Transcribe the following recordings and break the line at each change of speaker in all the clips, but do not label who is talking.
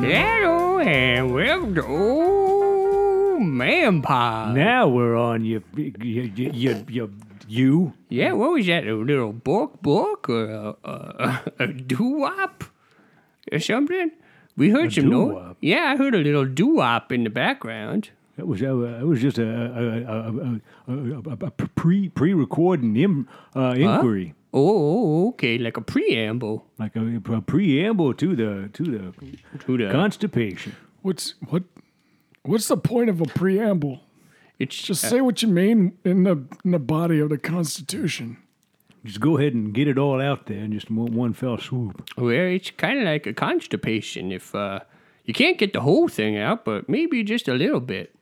That'll and will do, man pie.
Now we're on your you you you, you, you.
Yeah, what was that? A little book, book, or a, a, a, a doo wop or something? We heard
A
some noise.
doo-wop?
Yeah, I heard a little doo wop in the background.
That was that was- that was just a a a, a, a, a, a pre pre recording Im, uh, inquiry.
Oh, okay, like a preamble
Like a, a preamble to the to the
to the.
constipation.
What's what? What's the point of a preamble?
It's uh,
Just say what you mean in the in the body of the Constitution.
Just go ahead and get it all out there in just one, one fell swoop.
Well, it's kind of like a constipation. If uh, you can't get the whole thing out, but maybe just a little bit.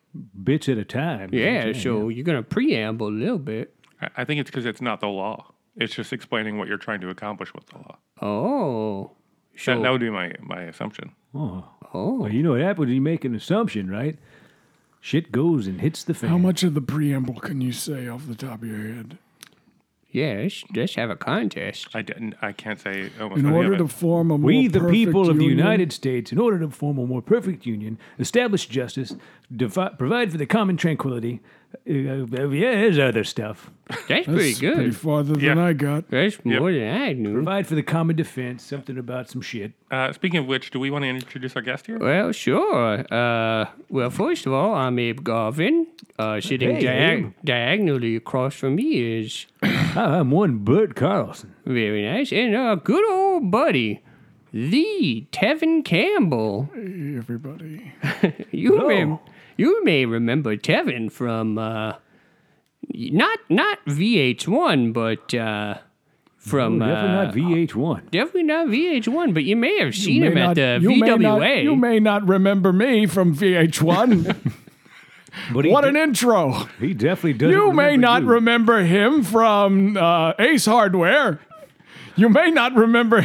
Bits at a time. you know what
Yeah,
I'm saying?
so you're gonna preamble a little bit.
I- I think it's because it's not the law. It's just explaining what you're trying to accomplish with the law.
Oh,
That,
so
that would be my, my assumption.
oh,
Well, you know what happens when you make an assumption, right? Shit goes and hits the fan.
How much of the preamble can you say off the top of your head?
yeah, let's, let's have a contest.
I, didn't, I can't say almost
In
any of
order
it.
to form a more
We, the
perfect
people of the
union-
United States, in order to form a more perfect union, establish justice, devi- provide for the common tranquility. Uh, uh, yeah, there's other stuff.
That's
That's
pretty good.
Pretty farther than
Yeah.
I got.
That's more than I knew.
Provide for the common defense, something about some shit.
Uh, speaking of which, do we want to introduce our guest here?
Well, sure. Uh, well, first of all, I'm Abe Garvin. Uh, sitting
Hey,
diag-
Abe.
diagonally across from me is
Hi, Ah, I'm one Bert Carlson.
very nice and a good old buddy, the Tevin Campbell.
Hey, everybody.
You may
Hello.
you may remember Tevin from uh, not not VH1, but uh, from
Definitely
uh,
not VH1.
definitely not VH1. But you may have seen him
May
at
not-
the
uh,
you may
VWA.
not- you may not remember me from VH1.
But he,
what
de-
an intro.
he definitely does.
You may not
you.
remember him from uh, Ace Hardware. You may not remember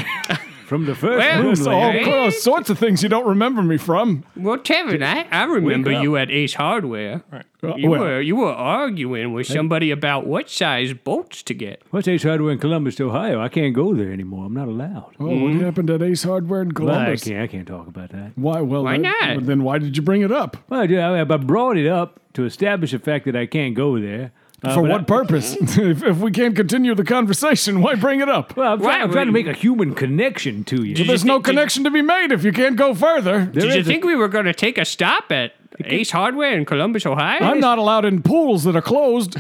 from the first
Well,
moonlight.
so-
all
Hey.
all sorts of things you don't remember me from.
well, Tevin, I, I remember
up.
you at Ace Hardware.
Uh,
You
well,
were you were arguing with somebody about what size bolts to get.
What's Ace Hardware in Columbus, Ohio? I can't go there anymore. I'm not allowed.
oh,
Mm-hmm.
what happened at Ace Hardware in
Well, I
Columbus?
can't. I can't talk about that.
Why? Well,
Why
then,
not?
then why did you bring it up?
Well, I, do- I I brought it up to establish the fact that I can't go there. Uh,
For
but
what
I-
purpose? if, if we can't continue the conversation, why bring it up?
well, I'm, try-
Why
I'm trying to
would-
make a human connection to you.
Did
There's
you
no
think- did-
connection to be made if you can't go further.
There
Did you
is a-
think we were going to take a stop at Ace Hardware in Columbus, Ohio?
I'm not allowed in pools that are closed.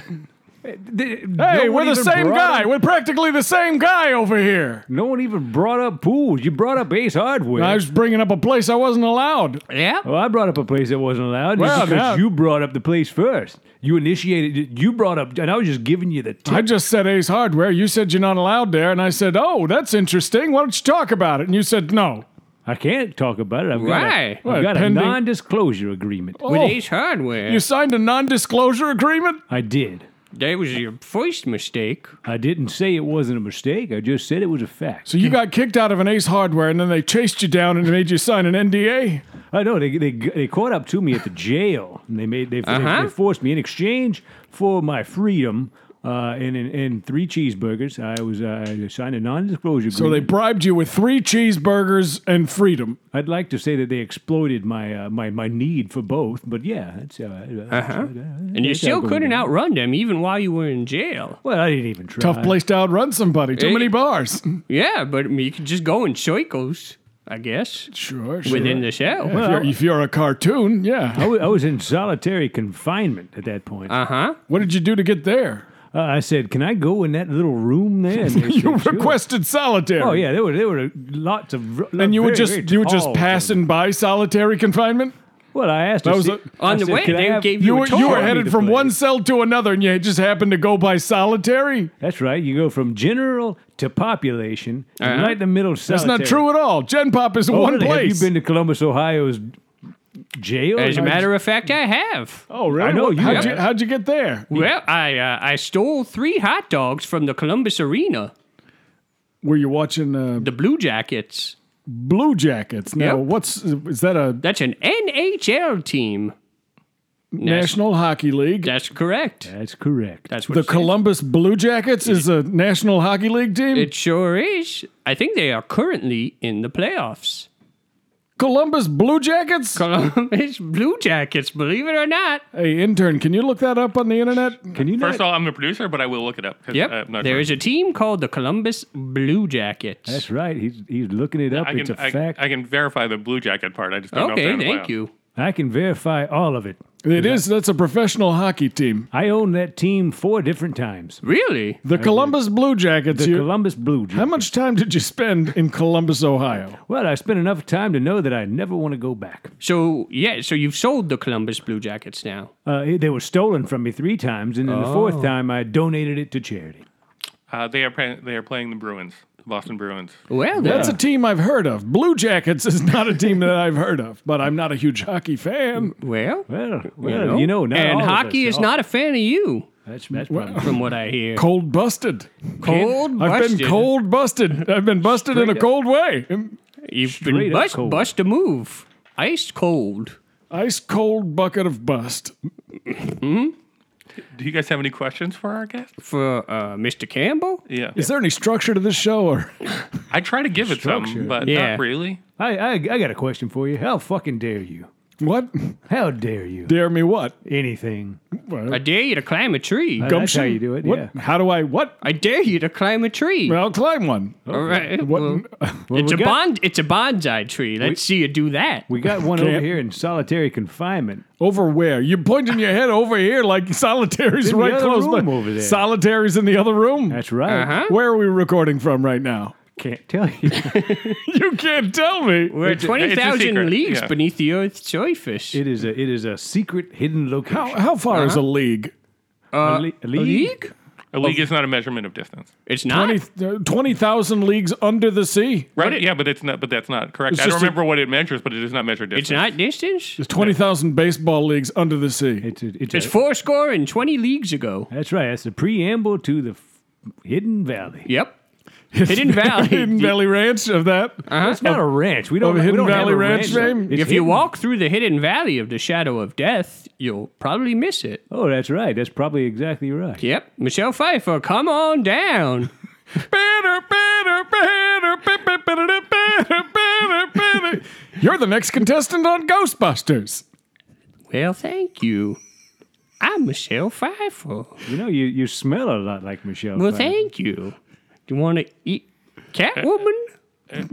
th-
Hey,
no one
we're the
even
same
brought
guy.
up-
We're practically the same guy over here.
no one even brought up pools. You brought up Ace Hardware.
I was bringing up a place I wasn't allowed.
Yeah.
well, I brought up a place that wasn't allowed just
Well,
because
now-
you brought up the place first. You initiated. You brought up, and I was just giving you the tip.
I just said Ace Hardware. You said you're not allowed there. And I said, Oh, that's interesting. Why don't you talk about it? And you said, No.
I can't talk about it. I've
Why?
got a, I've
Well,
got a
pending-
non-disclosure agreement.
With
Oh,
Ace Hardware,
You signed a non disclosure agreement?
I did.
that was your first mistake.
I didn't say it wasn't a mistake. I just said it was a fact.
So you got kicked out of an Ace Hardware and then they chased you down and made you sign an NDA?
I know they, they they caught up to me at the jail, and they made they, they-
Uh-huh.
they, forced me in exchange for my freedom. Uh, and, and and three cheeseburgers. I was uh, I signed a non-disclosure agreement.
So they bribed you with three cheeseburgers and freedom.
I'd like to say that they exploited my uh, my my need for both, but yeah, that's uh, uh-huh.
And you still couldn't outrun them even while you were in jail.
Well, I didn't even try.
Tough place to outrun somebody. Too
Hey.
many bars.
Yeah, but I mean, you could just go in circles, I guess,
Sure, sure.
within the cell.
if,
Oh.
you're, if you're a cartoon, yeah.
I wa- I was in solitary confinement at that point.
Uh huh.
What did you do to get there?
Uh, I said, "Can I go in that little room there?" And they said,
You
"Sure."
requested solitary.
Oh yeah, there were there were lots of r-
And you
very,
were
very
just you were just
tall-
passing by solitary confignment.
Well, I asked.
That
to
was
see-
a-
I
On the
said,
way,
"Can I
they
have-"
gave
You
a
were
tour.
you
told
were
me
headed
the
from
place.
one cell to another, and you just happened to go by solitary.
That's right. You go from general to population, and right in the middle.
That's not true at all. Gen Pop is one
Oh, Have you
place.
been to Columbus, Ohio's jail?
As a matter of fact, I have.
oh really?
I know
What-
you
How'd,
have.
you, how'd you get there?
Well, I uh, I stole three hot dogs from the Columbus Arena,
Were you watching uh,
the Blue Jackets.
Blue Jackets? Now,
Yep.
what's is that a
That's an NHL team.
National Hockey League?
That's correct.
That's correct.
That's what
The
it says.
Columbus Blue Jackets is a National Hockey League team.
It sure is. I think they are currently in the playoffs.
Columbus Blue Jackets?
Columbus Blue Jackets, believe it or not.
hey, intern, can you look that up on the internet?
Can you
First
not?
of all, I'm the producer, but I will look it up. 'cause uh,
uh,
Yep.
I'm not
there
sure.
is a team called the Columbus Blue Jackets.
That's right. He's he's looking it up.
I
it's
can,
a
I,
fact.
I can verify the blue jacket part. I just don't know.
okay,
if they're in
thank
the
you.
I can verify all of it.
It is. That's a professional hockey team.
I owned that team four different times.
Really?
The Columbus Blue Jackets.
The
you-
Columbus Blue
how
Jackets.
much time did you spend in Columbus, Ohio?
Well, I spent enough time to know that I never want to go back.
So yeah, so you've sold the Columbus Blue Jackets now.
Uh, they were stolen from me three times, and then the fourth time I donated it to charity.
Uh, they are play, they are playing the Bruins, the Boston Bruins.
Well,
That's
then.
a team I've heard of. Blue Jackets is not a team that I've heard of, but I'm not a huge hockey fan.
well,
Well, well, you know, not
and
all of us
hockey is
are.
not a fan of you,
That's, that's probably
from what I hear.
Cold busted.
Cold
I've
busted.
been cold busted. I've been busted in a cold way.
You've
Straight
been
up
bust,
cold.
bust a move. Ice cold.
Ice cold bucket of bust.
Do you guys have any questions for our guest?
For uh, Mr. Campbell?
Yeah,
Is there any structure to this show? Or
I try to give it some, but
Yeah.
not really.
I, I, I got a question for you. How fucking dare you?
what?
How dare you?
Dare me what?
Anything.
I dare you to climb a tree.
That's how you do it,
What?
yeah.
How do I? What?
I dare you to climb a tree.
I'll climb one.
All right.
What?
well, it's
we
a
got-
bond. It's a bonsai tree. Let's see you do that.
We got one over
Can't-
here in solitary confinement.
Over where? You're pointing your head over here like solitary's
In the
right
other
close
room
by.
over there.
Solitary's in the other room.
That's right.
Uh-huh.
Where are we recording from right now?
Can't tell you.
You can't tell me.
We're
a- it's a
twenty thousand
secret,
leagues
yeah.
beneath the earth's surface.
it is a it is a secret hidden location.
How, how far
uh-huh.
is a league?
A
uh,
le- a
a
league?
league?
A league is not a measurement of distance,
It's not.
20 uh, 20,000 leagues under the sea?
right? yeah, but it's not. But that's not correct.
It's
I don't
just a-
remember what it measures, but it does not measure distance.
It's not distance.
There's 20,000 baseball leagues under the sea.
It's a, it's,
It's
a,
four score and twenty leagues ago.
that's right. That's the preamble to the f- hidden valley.
Yep. Hidden Valley.
Hidden Valley Ranch of that.
It's not a ranch. We don't.
Of
we
Hidden
don't have
Valley
a
Ranch
ranch
fame?
It's
if you
hidden.
walk through the hidden valley of the shadow of death, you'll probably miss it.
Oh, that's right. That's probably exactly right.
Yep. Michelle Pfeiffer, come on down.
Better, better, better, better, better, better, better, better. You're the next contestant on Ghostbusters.
Well, thank you. I'm Michelle Pfeiffer.
You know, you, you smell a lot like Michelle.
Well,
Pfeiffer.
thank you. Do you want to eat Catwoman?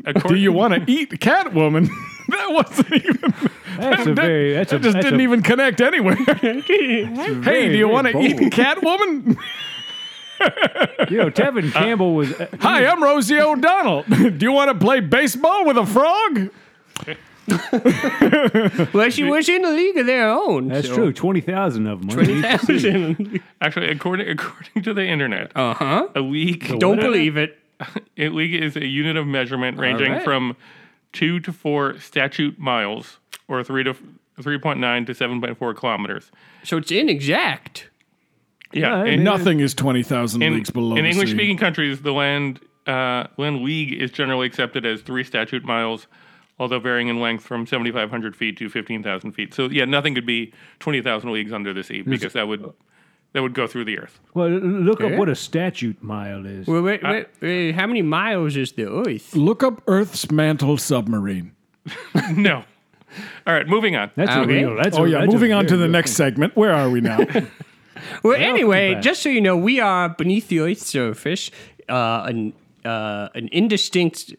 According,
Do you want to eat Catwoman? that wasn't even.
That's a very. That's a.
That just
that's
didn't
a,
even connect anywhere. hey, do you
very
want to
bold.
eat Catwoman?
You know, Tevin Campbell was. uh,
Hi, I'm Rosie O'Donnell. do you want to play baseball with a frog?
Well, she was in a league of their own.
that's
so-
true. Twenty thousand of them.
actually, according according to the internet,
Uh huh.
a league
Don't believe it.
a league is a unit of measurement ranging
right.
from two to four statute miles, or three to three point nine to seven point four kilometers.
So it's inexact.
Yeah, in-
Nothing is 20,000
in,
leagues below
in
the
English
sea.
speaking countries, the land uh, land league is generally accepted as three statute miles, although varying in length from 7,500 feet to 15,000 feet. So yeah, nothing could be 20,000 leagues under the sea because that would that would go through the earth.
Well, look up
Yeah.
what a statute mile is.
Well, wait, wait, wait, how many miles is the Earth?
Look up Earth's mantle submarine.
No. All right, moving on.
That's a
okay.
real. That's
Oh
a,
yeah,
that's a
moving on to
very
the
real
next segment. Where are we now?
Well, anyway,
back.
just so you know, we are beneath the Earth's surface, uh, an uh, an indistinct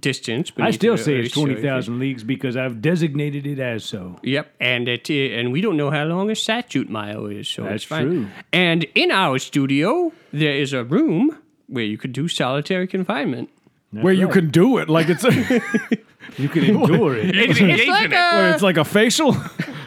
distance.
I
beneath
still
the
say it's
Earth's
twenty
surface.
thousand leagues because I've designated it as so.
Yep, and it i- and we don't know how long a statute mile is, so
That's
it's fine.
true.
And in our studio, there is a room where you could do solitary confinement.
Where you can do it like it's a,
You can endure it.
You can engage
It's like
in it.
a
it's like a facial.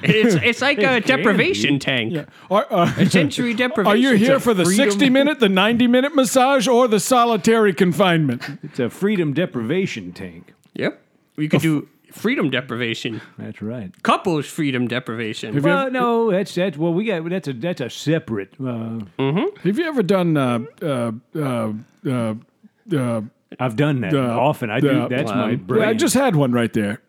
it's, it's like a
can be.
deprivation tank,
Are, are,
sensory deprivation.
are you here
tank.
for the
freedom.
sixty minute, the ninety minute massage, or the solitary confinement?
It's a freedom deprivation tank.
Yep, you could do freedom deprivation,
That's right.
couples freedom deprivation.
you
Well, no, that's that's well, we got that's a that's a separate. Uh,
Have you ever done? Uh, uh, uh, uh, uh,
I've done that
uh,
often. I
uh,
do. That's my
Wow.
brain.
I just had one right there.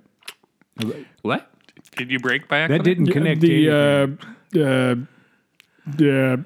what?
Did you break by
that
accident?
didn't connect.
the
to anything.
uh, uh, the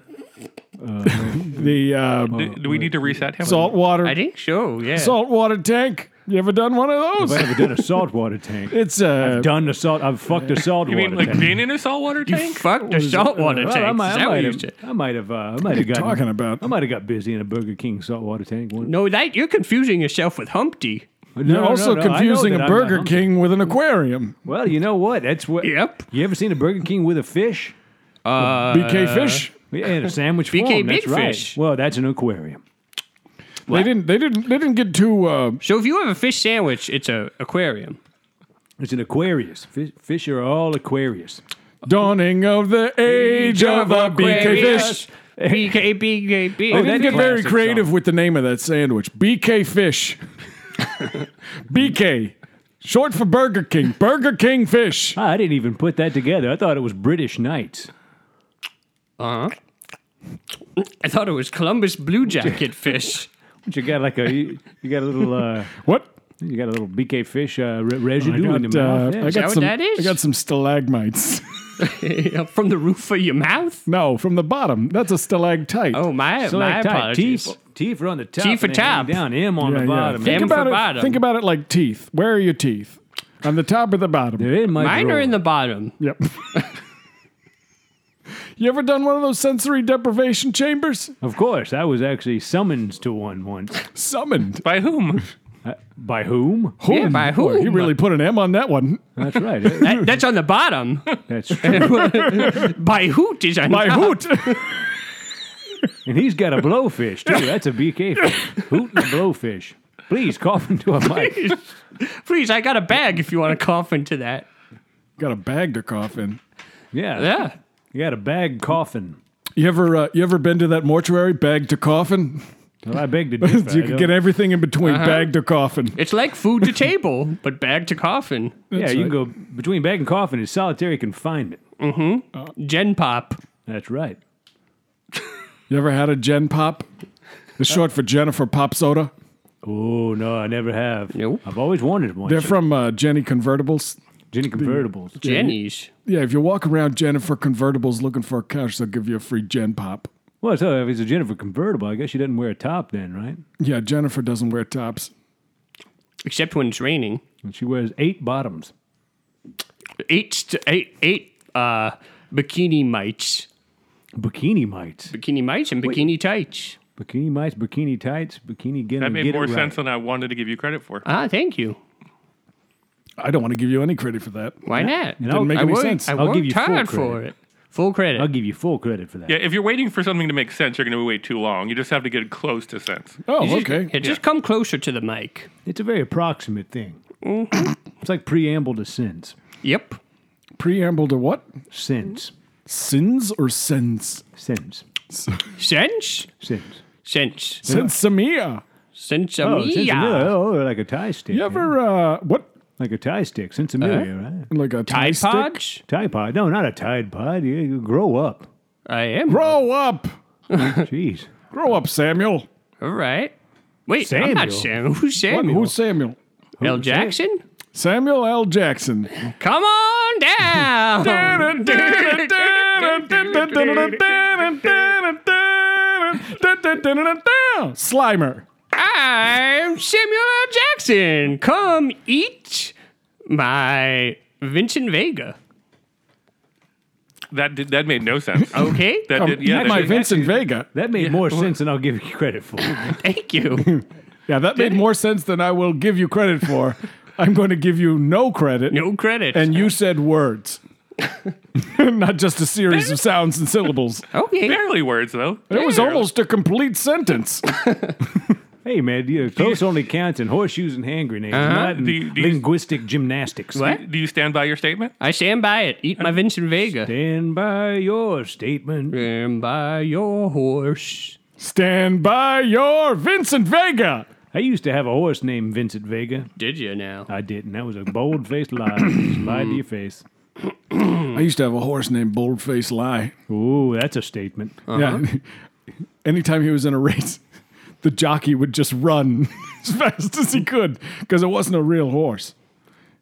the uh,
Do, do we need to reset him?
saltwater
I think so. Yeah.
saltwater tank. You ever done one of
I've
those?
ever done a saltwater tank.
It's uh,
done a salt. I've fucked a saltwater
You mean like
tank.
being in a saltwater tank?
Fuck the saltwater
Well,
tank.
I might,
Is
I
that what
might
you
have,
said?
I might have, uh, I might have gotten,
talking about?
I might have got busy in a Burger King saltwater tank one.
No, that you're confusing yourself with Humpty.
No,
You're
no,
also
no, I know
confusing
that
a
I'm not
Burger
hungry.
King with an aquarium.
Well, you know what? That's what.
Yep.
You ever seen a Burger King with a fish?
Uh,
Uh,
BK Fish.
Yeah, in a sandwich
BK
form. That's
Big
right.
Fish.
Well, that's an aquarium.
They didn't. They didn't. They didn't get too. Uh,
So if you have a fish sandwich, it's a aquarium.
It's an Aquarius. Fish, fish are all Aquarius.
dawning of the age of a BK Fish.
BK, BK,
They
BK.
that
didn't get very
classic
creative with the name of that sandwich. BK Fish. BK, short for Burger King. Burger King Fish.
Ah, I didn't even put that together. I thought it was British Knights.
Uh-huh. I thought it was Columbus Blue Jacket fish.
But you got like a you, you got a little uh,
What?
you got a little BK fish uh, re- residue in the
uh,
mouth.
I
yeah.
got
that what
some.
that is?
I got some stalagmites.
Up from the roof of your mouth?
no, from the bottom. That's a stalactite.
Oh, my,
So
my
like tight.
apologies.
Teeth, teeth are on the top.
Teeth for
and they
top.
hang Down M on the bottom.
Think
Think
M for
about it.
bottom.
Think about it like teeth. Where are your teeth? On the top or the bottom?
They're in my
Mine
drawer.
are in the bottom.
Yep. you ever done one of those sensory deprivation chambers?
Of course, I was actually summoned to one once.
Summoned.
By whom?
Uh, by whom?
Who?
Yeah, by
Boy, He
whom?
really put an M on that one.
That's right. That-
That, that's on the bottom.
that's true.
By hoot is on
By
top.
hoot.
And he's got a blowfish too. That's a BK fish. Hoot and a blowfish. Please cough into a mic.
Please, I got a bag if you want to cough into that.
Got a bag to cough in.
Yeah.
Yeah.
You got a bag coffin.
You ever uh, you ever been to that mortuary? Bag to coffin.
Well, I beg to differ.
you
I
can
don't-
get everything in between.
Uh-huh.
Bag to coffin.
It's like food to table, but bag to coffin.
yeah,
That's
you can go between bag and coffin is solitary confinement.
Gen pop.
That's right.
You ever had a Gen Pop? It's short for Jennifer Pop Soda.
Oh no, I never have.
Nope.
I've always wanted one.
They're from uh, Jenny Convertibles.
Jenny convertibles.
Jenny's.
Yeah, if you walk around Jennifer Convertibles looking for a couch, they'll give you a free Gen Pop.
Well, so if it's a Jennifer convertible, I guess she doesn't wear a top then, right?
Yeah, Jennifer doesn't wear tops.
Except when it's raining.
And she wears eight bottoms.
Eight, st- eight, eight uh, bikini mites.
Bikini mites.
Bikini mites and bikini tights.
Bikini mites, bikini tights, bikini get
That made
get
more
it right.
sense than I wanted to give you credit for.
Ah, thank you.
I don't want to give you any credit for that.
Why not?
I'll-
Didn't make
I
any
worked,
sense.
I
I'll
worked
give you full
hard for
credit.
it. Full credit.
I'll give you full credit for that.
Yeah, if you're waiting for something to make sense, you're going to wait too long. You just have to get close to sense.
Oh,
You just-
okay.
yeah, just come closer to the mic.
It's a very approximate thing.
Mm-hmm.
it's like preamble to sins.
Yep.
Preamble to what?
Sins.
Sins or sins?
Sins.
Sense?
Sins.
Sense.
Sensamia.
Sense
Oh, sins Amelia.
Amelia.
Oh, like a tie stick.
Uh, You
man.
ever uh what
Like a tie stick. Since
Uh-huh.
Amelia, right?
like a tie
Tide
stick?
Pods?
Tide Pod. No, not a Tide Pod. You, you grow up.
I am.
Grow up.
Jeez.
Grow up, Samuel.
All right. Wait, I'm not Samuel. Who's
What?
Samuel?
Who's Samuel?
L. Jackson?
Samuel L. Jackson.
Come on down.
Slimer.
I'm Samuel L. Jackson. Come eat my Vincent Vega.
That did, that made no sense.
Okay.
That
Um,
did, yeah,
my
that did-
Vincent Vega.
That made more sense than I'll give you credit for.
Thank you.
Yeah, that made more sense than I will give you credit for. I'm going to give you no credit.
No credit.
And you said words. Not just a series of sounds and syllables.
okay.
barely words though.
It was almost a complete sentence.
hey, man, you know, close only counts in horseshoes and hand grenades, not in
Uh-huh. Do you- do you-
linguistic gymnastics.
What?
Do you stand by your statement?
I stand by it. Eat my Vincent Vega.
Stand by your statement.
Stand by your horse.
Stand by your Vincent Vega.
I used to have a horse named Vincent Vega.
Did you now?
Uh,
I didn't. That was a bold faced lie. Just lied to your face.
I used to have a horse named Boldface Lie.
Ooh, that's a statement.
Yeah. Anytime he was in a race, the jockey would just run as fast as he could because it wasn't a real horse.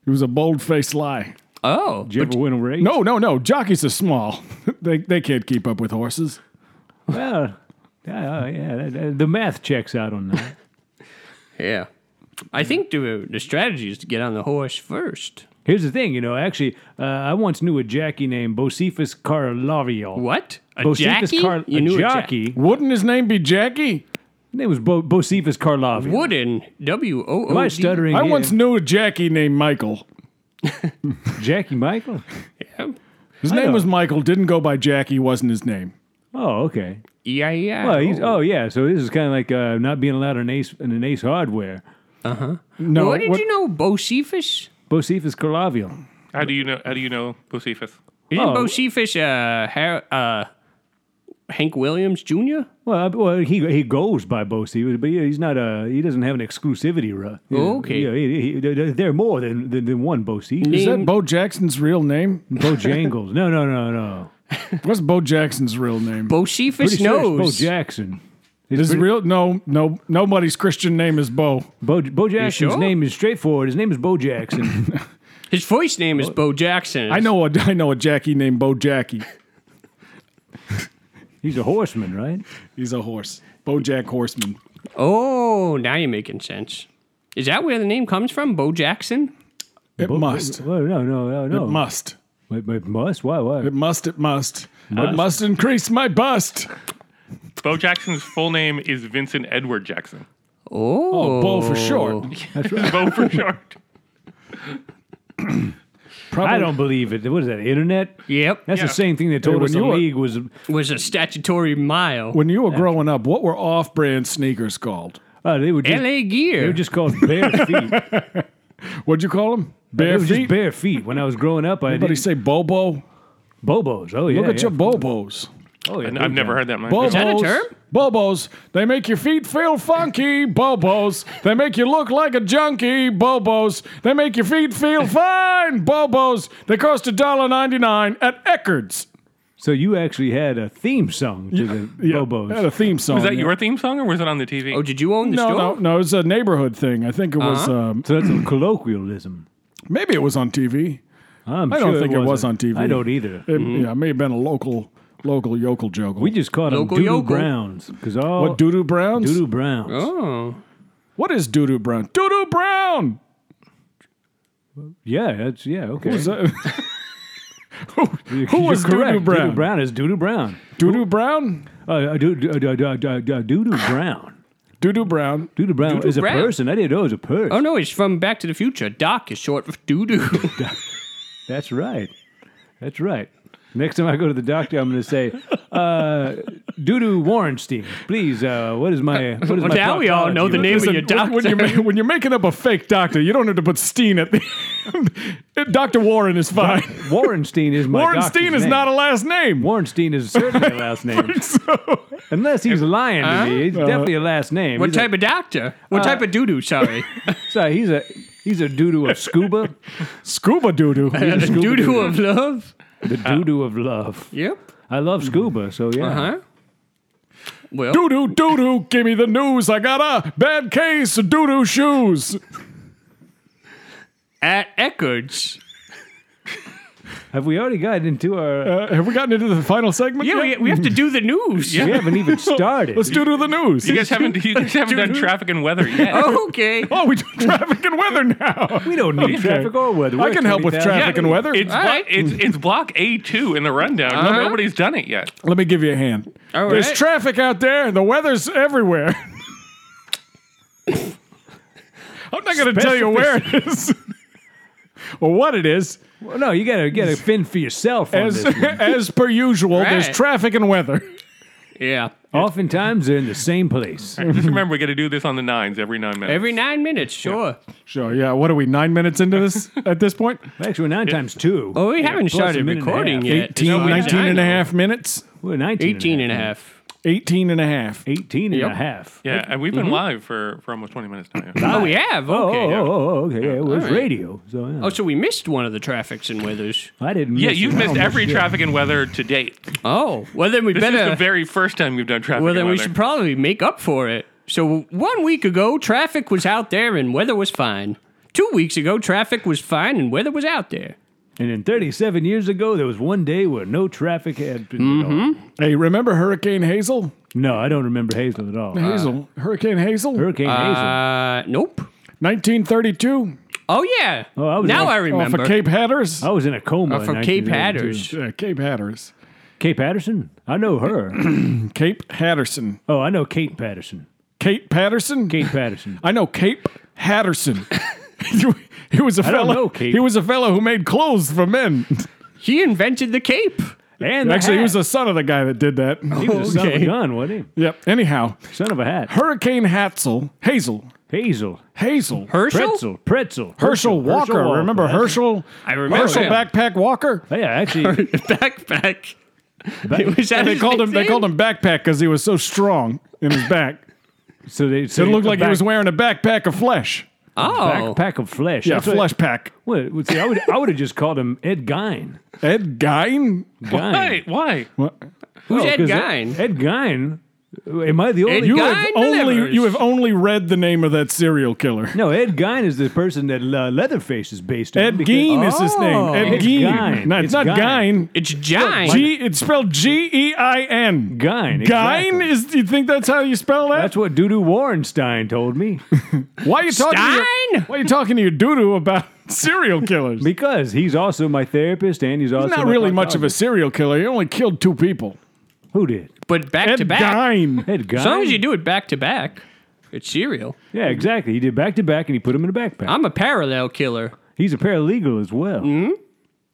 It was a bold-faced lie.
Oh.
Did you ever win a race?
No, no, no. Jockeys are small. they they can't keep up with horses.
oh, Well, yeah, yeah, that- that- the math checks out on that.
Yeah. I think the, the strategy is to get on the horse first.
Here's the thing, you know, actually, uh, I once knew a jockey named Bocephus Carlario.
What? A
Bocephus
jockey?
Car-
you
a
knew a jack-
jockey.
Wouldn't his name be Jackie?
His name was Bo- Bocephus Carlario.
Wooden. W O O.
Am I stuttering?
I
here?
once knew a Jackie named Michael.
Jackie Michael.
His
I
name
know.
was Michael, didn't go by Jackie, wasn't his name.
Oh, okay.
Yeah, yeah.
Well, he's, oh yeah. So this is kind of like uh, not being allowed an ace in an ace hardware.
No,
Uh-huh. what did
what-
you know, Bocephus?
Bocephus Carlario.
How do you know? How do you know Bocephus?
Isn't
Oh.
Bocephus uh, Har- uh, Hank Williams Jr.?
Well, I- well, he he goes by Bocephus, but he, he's not a he doesn't have an exclusivity. Right?
Oh, okay.
Yeah, he, he, there there are more than than, than one Bocephus.
is that
Name-
Bo Jackson's real name?
Bojangles. No, no, no, no.
What's Bo Jackson's real name?
Bocephus
Pretty sure it's
knows.
Bo Jackson. It's
His
pretty-
real no, no, nobody's Christian name is Bo.
Bo, Bo Jackson's
sure?
name is straightforward. His name is Bo Jackson.
His first name is Bo Jackson.
I know a I know a Jackie named Bo Jackie.
He's a horseman, right?
He's a horse. Bojack Horseman.
Oh, now you're making sense. Is that where the name comes from, Bo Jackson?
It
Bo- Oh.
must.
Well, no, no, no, no.
It must.
Wait, wait, must? Why? Why?
It must. It must. It must increase my bust.
Bo Jackson's full name is Vincent Edward Jackson.
Oh,
Oh, Bo for short.
Bo for short.
Probably
I don't believe it. What is that? Internet?
Yep.
That's the
Yeah.
same thing they told
when
us the
you were-
league was. uh,
was a statutory mile.
When you were growing up, what were off-brand sneakers called?
Uh, they were just,
L.A.
they
Gear.
were just called bare feet.
What'd you call them?
It
Bare
was just
feet.
bare feet. When I was growing up, I
Anybody
did
say Bobo?
bobos. Oh yeah,
Look at
yeah.
your Bobos.
Oh, yeah,
And
big
I've never
time.
heard that much.
Bobos.
that a term?
Bobos. They make your feet feel funky. Bobos. They make you look like a junkie. Bobos. They make your feet feel fine. Bobos. They cost $1.99 at Eckerd's.
So you actually had a theme song to the bobos.
Had a theme song.
Was that
yeah.
your theme song or was it on the TV?
oh, did you own the
No,
store?
no, no. It was a neighborhood thing. I think it was. Um,
so that's a colloquialism.
maybe it was on TV.
I'm
I don't
sure
think it was
wasn't.
on TV.
I don't either.
It, Yeah, it may have been a local, local yokel joke.
We just called them
Local
doo-doo
yokel.
browns because all
what doo doo browns?
doo-doo browns.
Oh,
What is doo doo brown? Doo doo brown.
Yeah, that's yeah. Okay,
Is that- who who
You're
was doo
correct.
doo brown?
Doo-doo brown is doo-doo brown.
Doo doo brown.
Uh, doo doo doo doo doo doo brown.
Doo doo brown.
Doo doo brown is a
Brown.
person. I didn't know it was a person.
oh no, it's from Back to the Future. Doc is short for doo doo.
That's right. That's right. Next time I go to the doctor, I'm going to say, uh, doo doo Warrenstein, please. Uh, what is my what is
Well,
my
now we all know the
proctology?"
name of your
when,
doctor.
when, you're, ma- when you're making up a fake doctor, you don't have to put Steen at the end. Dr. Warren is fine.
Warrenstein is my
Warren
doctor's
Steen is
name.
not a last name.
Warrenstein is certainly a last name,
So-
unless he's lying to me.
Uh,
It's definitely a last name.
what
he's a-
type of doctor? What type of doo doo? Sorry,
sorry, he's a he's a doo doo of scuba,
Scuba doo doo.
doo doo of love.
the
Uh,
doo doo of love.
Yep.
I love
Mm-hmm.
scuba, so yeah.
Uh
Uh-huh.
huh. Well,
Doo doo doo doo. Give me the news. I got a bad case of doo doo shoes.
at Eckerd's.
Have we already gotten into our?
Uh, have we gotten into the final segment?
Yeah, we,
yet?
we have to do the news.
we haven't even started.
Let's doo doo the news.
you guys haven't. You guys haven't done traffic and weather yet.
Okay.
Oh, we do traffic and weather now.
we don't need traffic or weather.
I
We're
can help with
20,000.
traffic and weather.
It's,
All
blo-
right.
it's it's block A two in the rundown. No-
Uh-huh.
Nobody's done it yet.
Let me give you a hand.
All
There's
right.
traffic out there. The weather's everywhere. I'm not going to tell you where it is or what it is.
Well, no, you gotta get a fin for yourself. On
As
this one.
as per usual, there's
Right.
traffic and weather.
Yeah.
Oftentimes they're in the same place.
Just remember, we got to do this on the nines every nine minutes.
Every nine minutes, sure.
Sure. Yeah. What are we? Nine minutes into this at this point?
Actually, we're nine times two.
Well, we haven't
plus a
started
minute and a
recording
half.
yet.
18,
as far as
19
I
and a
know.
half minutes.
We're 19.
18 and a
half.
half.
18 and a half.
18 and
Yep.
a half.
yeah, and we've been live for, for almost twenty minutes now. yeah.
Oh, we have.
Oh,
Okay.
oh, oh, oh, okay. Yeah, it was
right.
radio. So yeah.
Oh, so we missed one of the traffics and weathers.
I didn't.
Yeah,
miss
you've
it.
missed
Oh,
every
shit.
traffic and weather to date.
Oh, well then we
This is the
better.
very first time you've done traffic
well then
and
we
weather.
should probably make up for it. So one week ago, traffic was out there and weather was fine. Two weeks ago, traffic was fine and weather was out there.
And then 37 years ago, there was one day where no traffic had been. at all.
Hey, remember Hurricane Hazel?
No, I don't remember Hazel at all.
Hazel. Hurricane Hazel?
Hurricane Hazel.
Uh, nope.
1932.
Oh yeah.
Oh, I was
now
off-
I
Off
remember.
of Cape Hatteras.
I was in a coma.
uh,
Off
in
of Cape
1982.
Hatteras.
Yeah, Cape Hatteras.
Kate Patterson? I know her.
Cape Hatterson.
oh, I know Kate Patterson.
Kate Patterson.
Kate Patterson.
I know Cape Hatterson. he was a
don't
fellow.
know Cape.
He was a fellow who made clothes for men.
He invented the cape.
And the
Actually, he
hat.
was the son of the guy that did that. Oh,
He was a son of
Okay.
a gun, wasn't
yep. Anyhow,
he? Son of a hat.
Hurricane Hatzel, Hazel,
Hazel.
Hazel,
Herschel.
Pretzel. Pretzel.
Herschel Walker. remember
That's-
Herschel?
I remember
Herschel
him.
Backpack Walker.
Yeah, actually,
Backpack. It was that
They
his
called him. They
nickname?
called him Backpack because he was so strong in his back.
so they
It
so
looked like
back,
he was wearing a backpack of flesh.
Oh.
back pack of flesh.
Yeah,
That's what-
flesh pack.
What, what- see, I would I would have just called him Ed Gein.
Ed Gein.
Gein.
Why? Why?
Who's
Oh,
Ed
'cause
Gein?
Ed Gein. Am I the only?
Gein?
You have
Gein
only
delivers.
you have only read the name of that serial killer.
No, Ed Gein is the person that uh, Leatherface is based on.
Ed
because-
Gein is his name.
Oh.
Ed
It's
Gein.
Gein.
No, it's,
It's
not
Gein.
Gein.
It's Jine.
G. It's spelled G E I N.
Gein.
Gein
exactly.
is. Do you think that's how you spell that?
That's what Doodoo Warrenstein told me
why are you talking? To your,
Stein?
why are you talking to your doo about serial killers? He's
because he's also my therapist and he's also
not
my
really much of a
proctologist.
serial killer. He only killed two people.
Who did
but back
Ed
to back.
Gein.
Ed Gein?
As long as you do it back to back, it's serial.
yeah, exactly. He did back to back and he put him in a backpack.
I'm a parallel killer.
he's a paralegal as well.
Mm.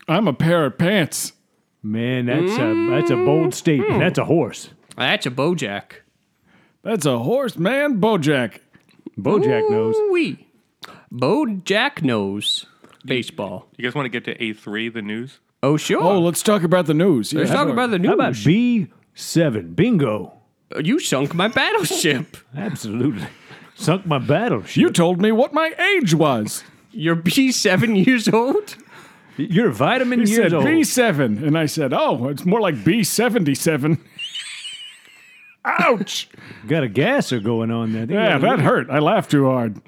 I'm a pair of pants.
Man, that's a that's a
Mm.
bold statement. That's a horse.
That's a Bojack.
That's a horse, man. Bojack.
Bojack knows.
Ooh-wee. Bojack knows baseball.
You guys want to get to A3, the news?
Oh sure.
Oh, let's talk about the news.
Let's
Yeah.
talk about the
How about
news.
B seven? Bingo.
You sunk my battleship.
Absolutely. Sunk my battleship.
You told me what my age was.
You're B seven years old.
You're vitamin
He
years
said
old.
B7. And I said, oh, it's more like B77. Ouch.
Got a gasser going on there.
Yeah, that hurt. I laughed too hard.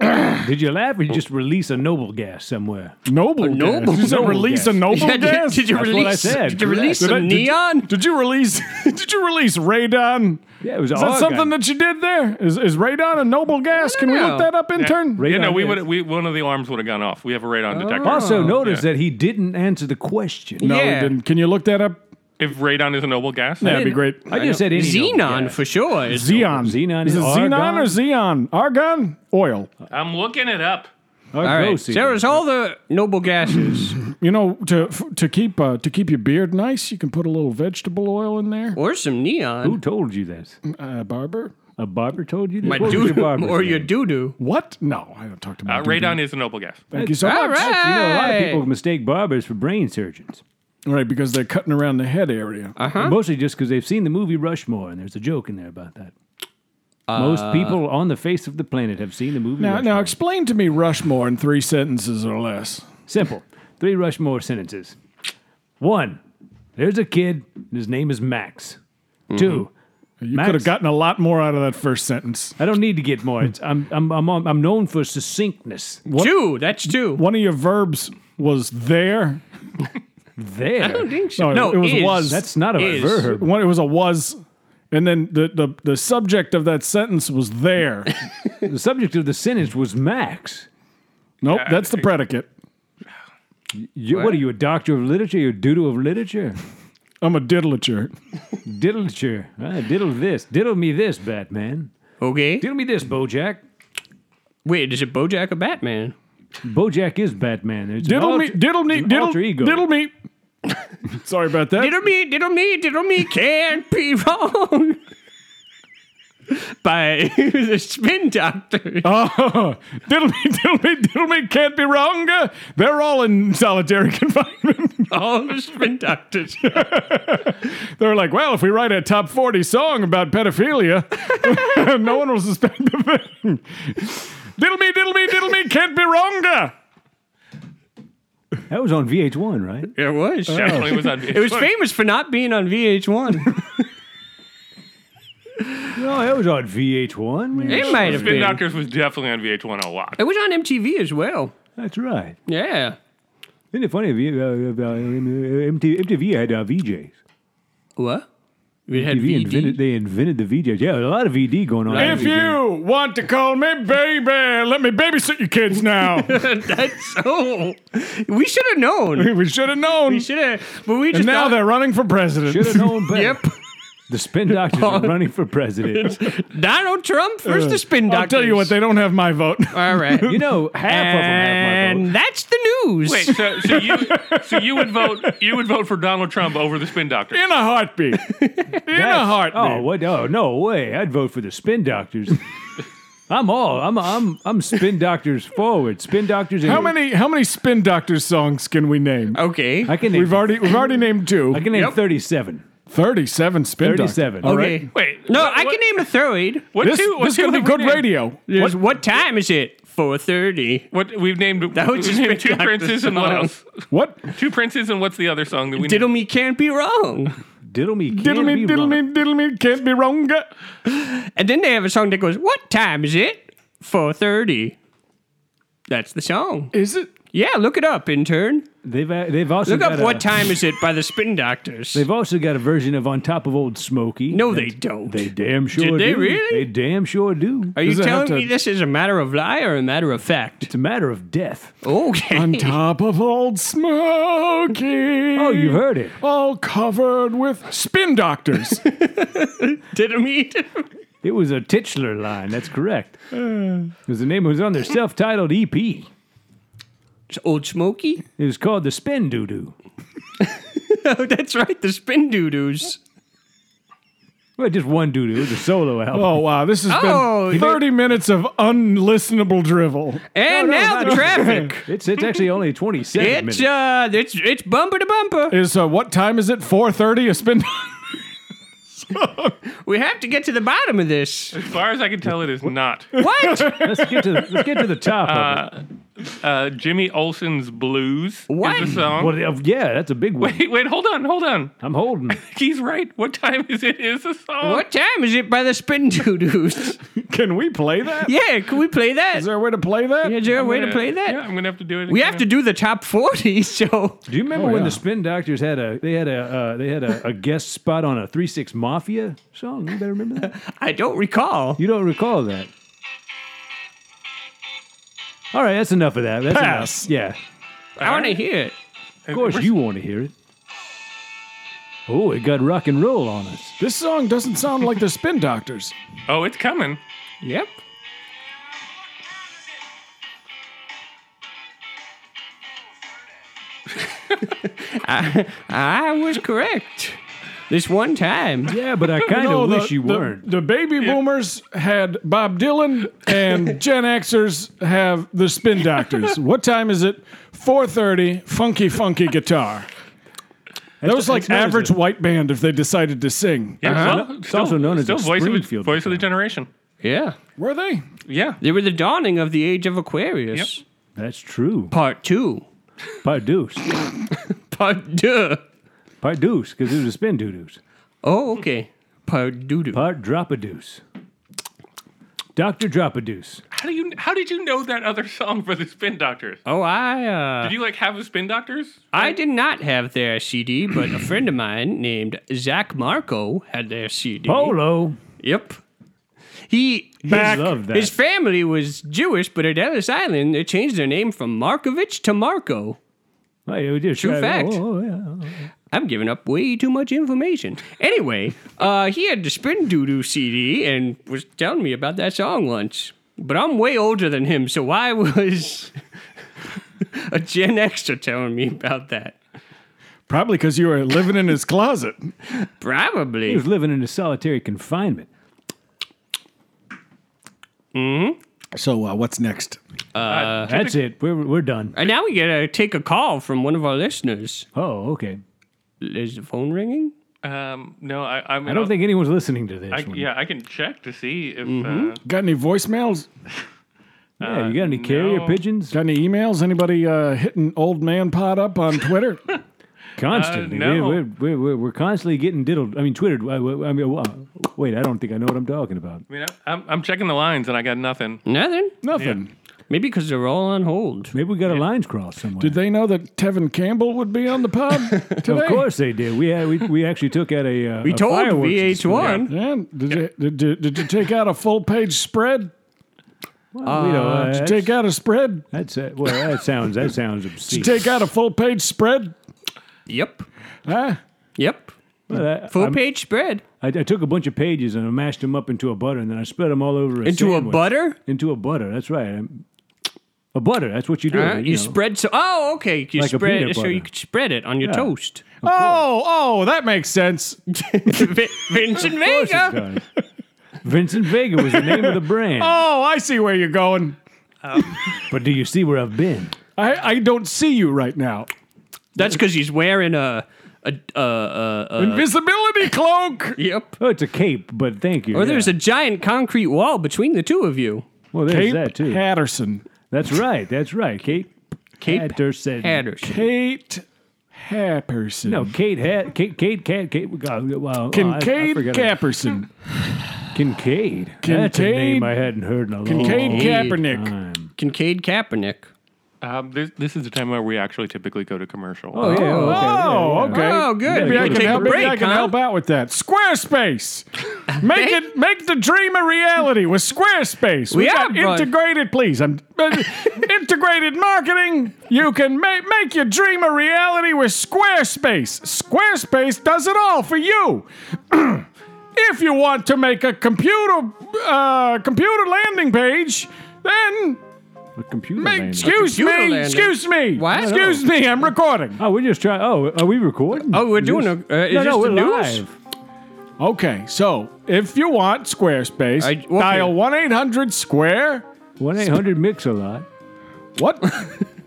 Did you laugh or
Oh.
you just release a noble gas somewhere?
Noble. gas.
noble-
Did you say
noble
release a
gas.
noble
Yeah, did,
gas?
did you
That's what I
release?
said,
Did you
correct.
release
Did
some
I- did you-
neon?
Did you release? Did you release radon?
Yeah, it was
Is that something that you did there? Is, is radon a noble gas? Can we
know.
look that up, intern?
yeah, no,
Radon
we
is.
would. We one of the alarms would have gone off. We have a radon detector.
Also, notice
Yeah.
that he didn't answer the question.
Oh, No, we
Yeah.
didn't. Can you look that up?
If radon is a noble gas,
That'd be
didn't-
great.
I just said any noble
Xenon
gas.
for sure. is-
Xeon.
Xenon
Is it
is
xenon or
argon.
xeon? Argon? Oil.
I'm looking it up.
Or
All right.
gross even.
There's all the noble gases
You know, to f- to keep uh, to keep your beard nice, you can put a little vegetable oil in there.
or some neon.
Who told you this?
Uh, barber?
A barber told you this?
My
What was
doo
barber's
or your
name?
doo doo.
What? No, I don't talk to my
Uh, radon is a noble gas.
Thank you so
All
much.
right.
You know, a lot of people
Hey.
mistake barbers for brain surgeons.
Right, because they're cutting around the head area.
Mostly just because they've seen the movie Rushmore, and there's a joke in there about that.
Uh,
Most people on the face of the planet have seen the movie.
now,
Rushmore.
now explain to me Rushmore in three sentences or less.
Simple. Three Rushmore sentences. One, there's a kid, and his name is Max.
Mm-hmm.
Two,
You
Max-
could have gotten a lot more out of that first sentence.
I don't need to get more. It's, I'm, I'm, I'm, on- I'm known for succinctness.
Two. That's two.
One of your verbs was there.
There.
I don't think so.
No,
No,
it- it was
is.
was.
That's not a
Is.
verb.
One, it was a was, and then the, the, the subject of that sentence was there.
The subject of the sentence was Max.
nope, that's the predicate.
You, what? are you, a doctor of literature? You're a doodle of literature?
I'm a diddlature.
Diddleture. Ah, diddle this. Diddle me this, Batman.
Okay.
Diddle me this, Bojack.
Wait, is it Bojack or Batman?
Bojack is Batman. There's an
Diddle me,
alter-
diddle me,
an
diddle,
alter ego.
diddle me. Sorry about that.
Diddle me, diddle me, diddle me, can't be wrong. By the spin doctor.
Oh, diddle me, diddle me, diddle me, can't be wrong. Uh, They're all in solitary confinement.
All the spin doctors.
They're like, well, if we write a top 40 song about pedophilia, no one will suspect the thing. Diddle me, diddle me, diddle me, can't be wrong. Uh,
That was on VH1, right?
It was.
Definitely was on.
Uh, It was famous for not being on VH1.
No, that was on VH1. man.
It might have
Spin
been.
Doctors was definitely on VH1 a lot.
It was on MTV as well.
That's right.
Yeah.
Isn't it funny? if you- Uh, uh, uh, MTV, MTV had uh, VJs.
What? It had
TV
VD.
invented, they invented the VJ. Yeah, a lot of VD going on.
If you want to call me baby, let me babysit your kids now.
That's so. We should have known.
we should have known.
We should have. But we just
And now
thought-
they're running for president.
should have known better.
Yep.
The spin doctors are running for president.
Donald Trump versus the spin doctor.
I'll tell you what, they don't have my vote.
All right.
You know, half of them have my vote.
and that's the news.
Wait, so, so you so you would vote you would vote for Donald Trump over the spin doctor?
In a heartbeat. In a heartbeat.
Oh, what? Oh, no way! I'd vote for the spin doctors. I'm all. I'm. I'm. I'm spin doctors forward. Spin doctors.
How many how many spin doctors songs can we name?
Okay.
I can name.
We've already we've already named two.
Uh, I can name
Yep.
thirty-seven.
37 spin doctors.
37.
All right.
okay.
Wait,
No,
what-
I
what-
can name a third.
What
This,
two? What
this
two
could be
have we
good
named?
radio.
What, what time is it? Four thirty.
What we've named?
That was
we've
just Spin
named two
Doctor
princes and what
song.
else?
What?
Two princes and what's the other song that we
Diddle me can't be wrong.
Diddle me. Can
Diddle me,
be
diddle
wrong.
me, diddle me, can't be wrong.
And then they have a song that goes, "What time is it? Four thirty. That's the song.
Is it?
Yeah, look it up, intern.
They've. uh, They've also
Look
got
up
a,
what time is it by the Spin Doctors.
They've also got a version of on top of old Smokey.
No, they
That-
don't.
They damn sure
they
do.
really?
They damn sure do.
Are you
Does it have
telling
to-
me this is a matter of lie or a matter of fact?
It's a matter of death.
Okay.
On top of old Smokey.
Oh, you heard it.
All covered with spin doctors.
Diddle me. diddle me.
It was a titular line. That's correct. It was the name. It was on their self-titled EP. It
It's Old Smokey.
was called the Spin Doo Doo.
Oh, that's right. The Spin Doo-Doos.
Well, just one doo doo. It was a solo album.
oh, wow. This has
Oh, he
been 30 minutes of unlistenable drivel.
And
No, no,
now
not-
the traffic.
It's it's actually only twenty seven minutes.
it's uh, it's it's bumper to bumper.
Is uh, what time is it? 4.30? A spin
We have to get to the bottom of this.
As far as I can tell, it is not.
What?
let's get to the, let's get to the top of
Uh, Jimmy Olsen's Blues
What?
is the song.
it. Well, uh, yeah, that's a big one.
Wait, wait, hold on, hold on.
I'm holding.
He's right. What time is it? Is the song?
what time is it by the Spin Doo-Doos?
Can we play that?
yeah, can we play that?
Is there a way to play that?
Is there a way to
Yeah,
play that?
Yeah, I'm gonna have to do it.
We have to do the top forty. So
Do you remember when
yeah.
the Spin Doctors had a they had a uh, they had a, a guest spot on a Three Six Mafia song? You better remember that.
I don't recall.
You don't recall that. All right, that's enough of that. That's
Pass.
Enough. Yeah,
I want to hear it.
of course you want to hear it. Oh, it got rock and roll on us.
This song doesn't sound like the spin doctors.
Oh, it's coming.
Yep. I, I was correct. This one time.
Yeah, but I kind of
No, the-
wish you
the-
weren't.
The baby boomers had Bob Dylan, and Gen Xers have the Spin Doctors. what time is it? Four thirty. Funky, funky guitar. That was like
that's known as
average
a-
white band if they decided to sing.
Yeah,
Uh-huh.
well,
It's
still-
also known as
still
a
voice of the,
Springfield
voice of the generation.
Yeah.
Were they?
Yeah,
They were the dawning of the age of Aquarius.
That's true.
Part two.
Pardeuce.
Part duh.
Pardeuce, because it was a spin doo doos.
Oh, okay. Part doo doo.
Part drop a deuce. Dr. Drop a deuce.
How do you? How did you know that other song for the Spin Doctors?
Oh, I uh,
Did you like have a Spin Doctors?
I did not have their CD, but a friend of mine named Zach Marco had their CD.
Polo.
Yep. He
Back.
His,
Love that.
his family was Jewish, but at Ellis Island they changed their name from Markovich to Marco.
Hey, we did-
True
oh,
fact.
oh, yeah.
I'm giving up way too much information. Anyway, uh, he had the Spin Doo Doo CD and was telling me about that song once. But I'm way older than him, so I was a Gen Xer telling me about that.
Probably because you were living in his closet.
He
Probably.
was living in a solitary confinement.
So uh, what's next?
Uh-huh.
That's it. We're, we're done.
And now we gotta take a call from one of our listeners.
Oh, okay.
Is the phone ringing?
Um, no, I. I'm
I don't think anyone's listening to this
I,
one. Mm-hmm.
yeah, I can check to see if. Uh,
Got any voicemails?
Yeah, you got any carrier
no. Uh,
pigeons?
Got any emails? Anybody uh, hitting old man pot up on Twitter?
Constantly.
Uh, no.
we're, we're, we're, we're constantly getting diddled. I mean, twittered. I, I mean, uh, wait, I don't think I know what I'm talking about.
I mean, I- I'm, I'm checking the lines and I got nothing.
Nothing.
Nothing.
Maybe because they're all on hold.
Maybe we got a lines crossed somewhere.
Did they know that Tevin Campbell would be on the pod today?
of course they did. We had, we, we actually took out a uh,
We
a
told
fireworks
VH1.
Yeah. Did, You, did, you- did you take out a full page spread?
Well, you know, uh, that's-
Take out a spread?
that's uh, well. That sounds that sounds obscene.
Take out a full page spread?
Yep.
Huh?
Yep.
Well, I-
Full page spread.
I, I took a bunch of pages and I mashed them up into a butter, and then I spread them all over a
Into a
sandwich.
butter?
Into a butter. That's right. I'm- A butter. That's what you do.
Uh,
you
you
know.
spread so. Oh, okay. You
Like a
spread
peanut
so
butter.
you could spread it on your toast.
Oh, oh, that makes sense.
Vin- Vincent Vega.
Sorry. Vincent Vega was the name of the brand.
Oh, I see where you're going.
But do you see where I've been?
I, I don't see you right now.
That's because he's wearing a a a, a,
Uh,
a
Invisibility cloak.
yep.
Oh, it's a cape, but thank you.
Or Oh, there's a giant concrete wall between the two of you.
well, there's
Kate
that too.
Patterson.
that's right. That's right. Kate
Kate
Patterson.
Patterson.
Kate Happerson.
No, Kate Hat. Kate Kate Cat. Kate. Uh, well,
Kincaid
I, I
Capperson.
Capperson. Kincaid. That's a
Kincaid-
name I hadn't heard in a long
Kincaid
Oh.
Kaepernick.
time.
Kincaid Kaepernick.
Um, this, this is the time where we actually typically go to commercial.
Oh
Oh,
yeah. okay, yeah,
Oh,
yeah.
okay.
Oh, good.
Maybe
We'll
I can,
take a
help, maybe
break,
I can
huh?
help out with that. Squarespace. Make it make the dream a reality with Squarespace. We
We
got
are, bro.
integrated, please. I'm uh, integrated marketing. You can make make your dream a reality with Squarespace. Squarespace does it all for you. if you want to make a computer uh, computer landing page, then
A computer.
make,
landing.
excuse me,
computer landing.
excuse me,
What?
excuse me. I'm recording.
Oh, we're just trying. Oh, are we recording?
Oh, we're
Is
doing
this-
a- uh, is
no,
this
no, we're
the news?
live.
Okay, so if you want Squarespace,
I- okay.
dial 1 800 Square.
One eight hundred mix a lot.
What?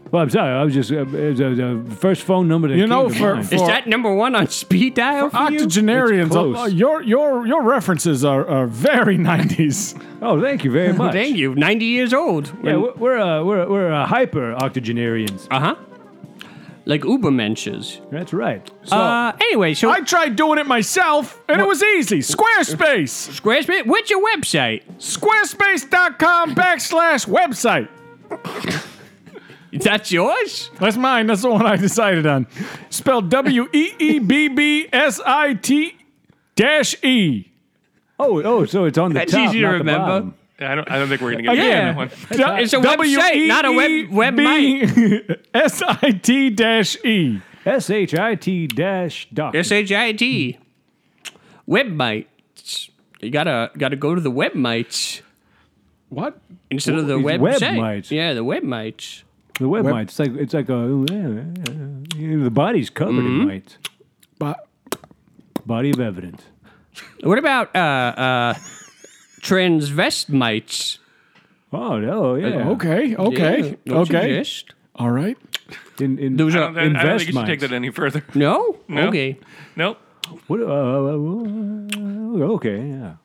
Well, I'm sorry. I was just uh, it was, uh, the first phone number that
You
came
know,
to
for-
mind.
Is
For-
that number one on speed dial? Oh, For you?
Octogenarians,
It's close.
uh, your, your, your references are, are very 90s.
oh, thank you very much.
Thank you. Ninety years old.
Yeah, we're we're uh, we're, we're uh, hyper octogenarians.
Uh huh. Like Ubermensch's.
That's right.
uh, anyway, so
I tried doing it myself, and it was easy. Squarespace.
Squarespace, what's your website?
Squarespace.com backslash website.
That's yours?
That's mine. That's the one I decided on. Spelled W E E B B S I T dash E.
Oh, oh, so it's on the
That's
top,
easy to
not the
remember.
bottom.
I don't. I don't think we're
Oh,
gonna get
Yeah.
that one.
It's a website, not a
E
web- web
S I T dash E.
S H I T dash doc.
S H I T. Webmites. You gotta gotta go to the webmites
What?
instead of the
These
website.
webmites.
Yeah, the webmites.
the web, mites. It's like it's like a ooh, yeah, yeah, yeah. the body's covered
Mm-hmm.
in mites.
But
Body of evidence.
What about uh uh transvestmites?
Oh no, yeah.
okay, okay,
Yeah, those
okay.
exist.
All right.
In, in,
Those
I
are
don't, I don't think
Invest
you should take
minds.
that any further.
no?
No.
Okay.
Nope.
what, uh, uh, okay, yeah.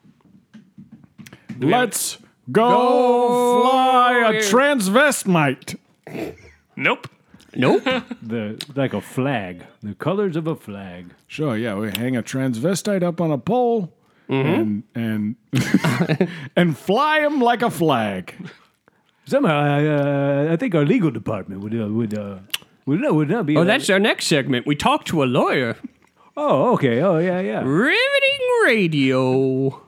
Let's go, fly a transvestite.
Nope.
Nope.
The like a flag. The colors of a flag.
Sure, yeah, we hang a transvestite up on a pole Mm-hmm. and and and fly him like a flag.
Somehow, I, uh, I think our legal department would uh, would uh, would not would not be.
oh, that's our next segment. We talk to a lawyer.
oh, okay. Oh, yeah, yeah.
Riveting radio.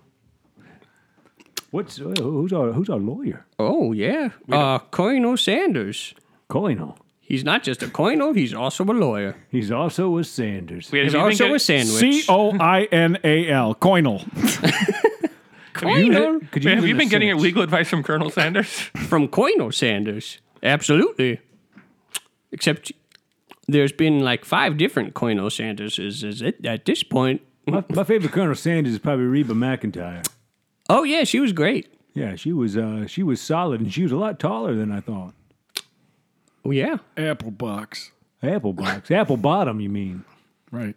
What's uh, who's our who's our lawyer?
Oh yeah. Uh Coino Sanders.
Coino.
He's not just a coino, he's also a lawyer.
He's also a Sanders.
Wait,
He's
have you been
also
get-
a sandwich.
C O I N A L, coinal.
Coino
Could
Wait,
use
have you
him
been
as
getting your
Sanders?
legal advice from Colonel Sanders?
from Coino Sanders. Absolutely. Except there's been like five different Coino Sanders is, is it at this point.
My, my favorite Colonel Sanders is probably Reba McIntyre.
Oh yeah, she was great.
Yeah, she was uh, she was solid, and she was a lot taller than I thought.
Oh yeah.
Apple box.
Apple box, apple bottom, you mean?
Right.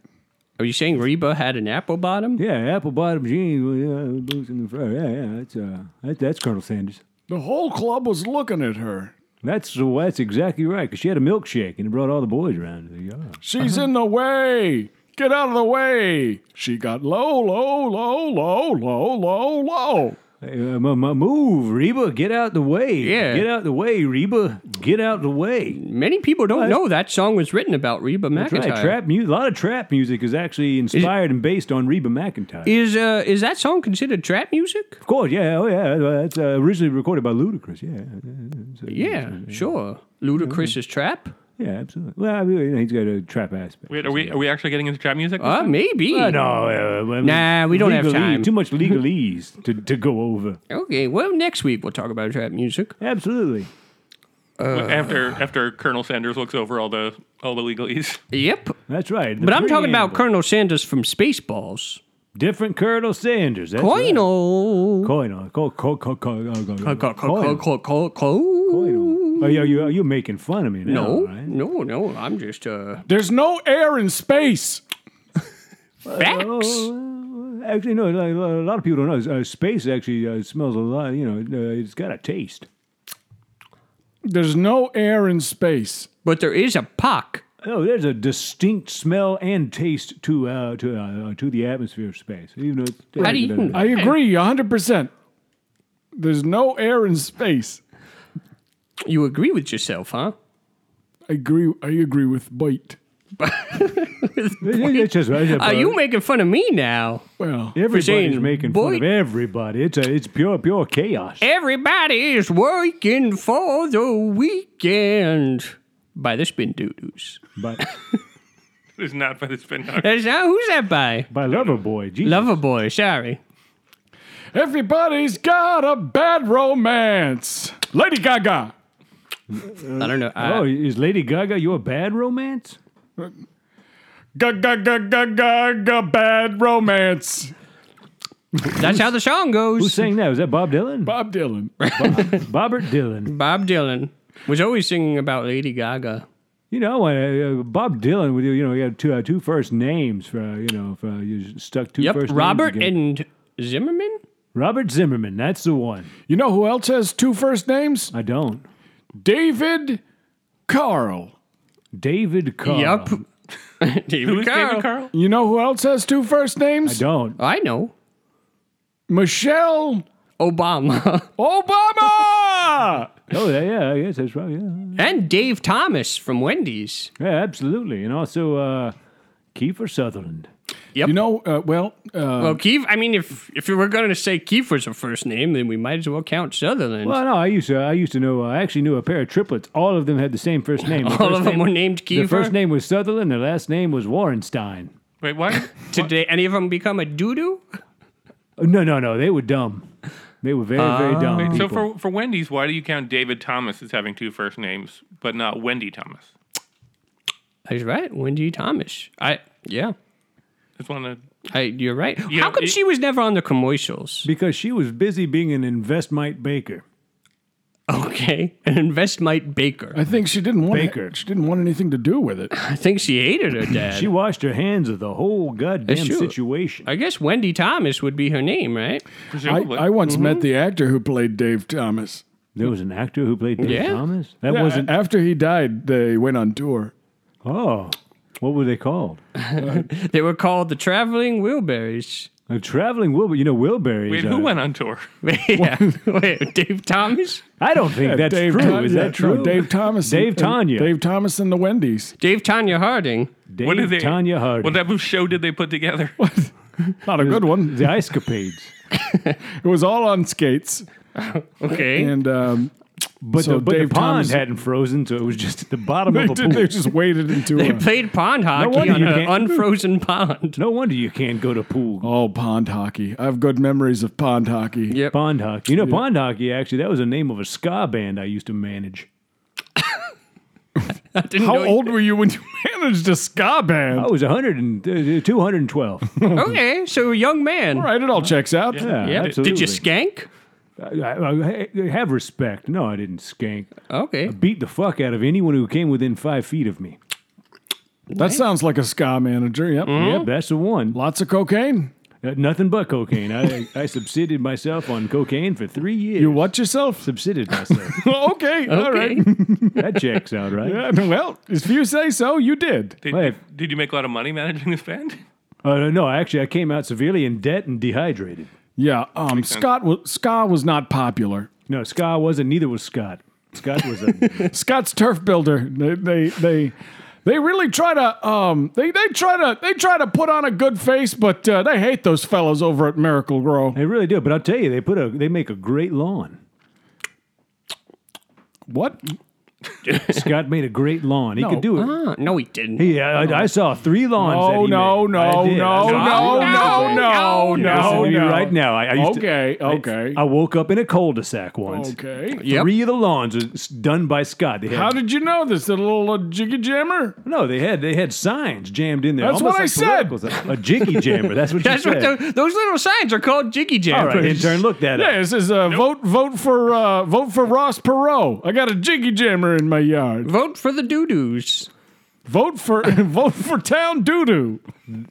Are you saying Reba had an apple bottom?
Yeah, apple bottom jeans, uh, boots in the front. Yeah, yeah, that's uh, that, that's Colonel Sanders.
The whole club was looking at her.
That's that's exactly right. Cause she had a milkshake, and it brought all the boys around to the yard.
She's in the way. Get out of the way. She got low, low, low, low, low, low, low.
uh, m- m- move, Reba. Get out the way.
Yeah.
Get out the way, Reba. Get out the way.
Many people don't know that song was written about Reba
That's
McEntire.
right. Trap mu- A lot of trap music is actually inspired and based on Reba McIntyre.
Is uh is that song considered trap music?
of course, yeah, oh yeah. That's uh, originally recorded by Ludacris. Yeah,
Yeah, sure. Ludacris is trap.
yeah, absolutely. Well, I mean, you know, he's got a trap aspect.
Wait, are we are we actually getting into trap music?
Uh, maybe.
Uh, no, uh, well,
Nah, we don't have
legalese-
time.
Too much legalese to, to go over.
Okay, well, next week we'll talk about trap music.
Absolutely. Uh,
after after Colonel Sanders looks over all the all the legalese.
Yep.
That's right. The
But I'm talking about
preamble.
Colonel Sanders from Spaceballs.
different Colonel Sanders. That's right.
Coino.
Coino. Co- co- co- co- co-
Co-
co-
co- co-
Coino.
co- co- co-
Coino. Are you, are, you, are you making fun of me now?
No,
right?
no, no. I'm just uh
There's no air in space.
facts.
Oh, uh, actually, no. like, A lot of people don't know. Uh, space actually uh, smells a lot. You know, uh, it's got a taste.
There's no air in space.
But there is a puck.
Oh, there's a distinct smell and taste to uh, to uh, to the atmosphere of space. Even though it's,
How do you-
I agree 100%. There's no air in space.
You agree with yourself, huh?
I agree I agree with bite.
It's just- it's just-
Are you making fun of me now?
Well,
Everybody's
saying,
making fun
"Boy-
of everybody. It's a, it's pure pure chaos.
Everybody is working for the weekend by the Spin Doodles.
But
It's not by the spin doctor.
That's not, who's that by?
by Loverboy, Jesus.
Loverboy, sorry.
everybody's got a bad romance. Lady Gaga.
I don't know. Uh, I,
Oh, is Lady Gaga your bad romance?
Gaga Gaga Gaga bad romance.
that's how the song
Who
goes.
sang that? Was that Bob Dylan?
Bob Dylan.
Bobbert Dylan.
Bob Dylan was always singing about Lady Gaga.
You know, uh, uh, Bob Dylan. With you, you know, he had two uh, two first names for uh, you know for uh, you stuck two
Yep,
first
Robert
names together.
and Zimmerman?
Robert Zimmerman. That's the one.
You know who else has two first names?
I don't.
David Carl.
David Carl.
Yup. Oh. David,
Who's
Carl.
David Carl?
You know who else has two first
I
names?
don't.
I know.
Michelle
Obama.
Obama.
Oh yeah, yeah. I guess that's right. Yeah,
and Dave Thomas from Wendy's.
yeah absolutely. And also uh, Kiefer Sutherland.
Yep.
You know, uh, well, uh,
Well, Keith, I mean, if if we were going to say Keith was a first name, then we might as well count Sutherland.
Well, no, I used to. I used to know. I actually knew a pair of triplets. All of them had the same first name. The
All
first
of them
name-
were named
The
Kiefer?
first name was Sutherland. The last name was Warrenstein.
Wait, what?
Did they, any of them become a doo-doo?
Oh, No, no, no. They were dumb. They were very,
Uh,
very dumb.
Wait, so
people.
for for Wendy's, why do you count David Thomas as having two first names, but not Wendy Thomas?
That's right, Wendy Thomas. I yeah,
Just want to.
I, you're right.
You
How
know,
come
it-
she was never on the commercials?
because she was busy being an investmite baker.
Okay, an investmite baker.
I think she didn't want
Baker.
She didn't want anything to do with it.
I think she hated her dad.
She washed her hands of the whole goddamn
That's true.
situation.
I guess Wendy Thomas would be her name, right?
I,
Presumably.
I
Mm-hmm.
once met the actor who played Dave Thomas.
There was an actor who played Dave
Yeah.
Thomas. That
Yeah,
wasn't.
after he died, they went on tour.
Oh, what were they called?
They were called the Traveling Wilburys.
A traveling Wilbur. You know Wilburys.
Wait,
uh,
who went on tour?
yeah. Wait, Dave Thomas?
I don't think that's
Dave
true.
Tom-
Is
yeah,
that true?
no, Dave Thomas.
Dave
and-
Tanya.
Dave Thomas and the Wendy's.
Dave Tanya Harding.
Dave
What did they?
Tanya Harding.
What type of show did they put together?
Not a good one.
the Ice Capades.
It was all on skates,
Okay.
and um,
But,
So
the, but the
Dave
pond
Thomas-
hadn't frozen, so it was just at the bottom
they,
of a
did,
pool.
they just waded into
They
a
played pond hockey
wonder
on
you
an
can't-
unfrozen pond.
No wonder you can't go to pool.
oh pond hockey. I have good memories of pond hockey.
Yep.
Pond hockey. You know, pond hockey, actually, that was the name of a ska band I used to manage.
I didn't
How
know you-
old were you when you managed a ska band?
I Oh, was 100 and, uh, 212.
Okay, so a young man.
All right, it all checks out.
Yeah,
Yep.
absolutely.
Did you skank?
I, I- I have respect. No, I didn't skank.
Okay.
Beat the fuck out of anyone who came within five feet of me.
That sounds like a ska manager. Yep.
Yep, that's the one.
Lots of cocaine.
Uh, nothing but cocaine. I, I subsided myself on cocaine for three years.
You what yourself?
subsided myself.
okay, all
Okay.
right.
that checks out, right?
Yeah, well, if you say so, you did.
Did,
Wait.
did you make a lot of money managing this band?
Uh, no, actually, I came out severely in debt and dehydrated.
Yeah, um, Scott was ska was not popular.
No, Ska wasn't. Neither was Scott. Scott was a.
Scott's turf builder. They they they, they really try to um they, they try to they try to put on a good face, but uh, they hate those fellows over at Miracle Grow.
they really do. But I'll tell you, they put a. They make a great lawn.
What?
Scott made a great lawn. He could do it.
Ah, no, he didn't.
Yeah, I, I saw three lawns. that
Oh
he
no
made.
no
I did. I
no no
saw-
no
no, no,
no no
Listen
no
to me right now. I, I used
Okay,
to, I-
okay.
I, woke up in a cul-de-sac once.
Okay.
Yep.
Three of the lawns was done by Scott. They had,
How did you know this? A little uh, jiggy jammer?
no, they had they had signs jammed in there.
That's
almost
what I
like
said.
political signs. A jiggy jammer. That's what you
That's
said.
what the, those little signs are called jiggy
All
jammers.
right, intern, look that
Yeah,
up.
this is uh, vote vote for uh, vote for Ross Perot. I got a jiggy jammer in my yard.
Vote for the doo-doos.
Vote for vote for town doo doo.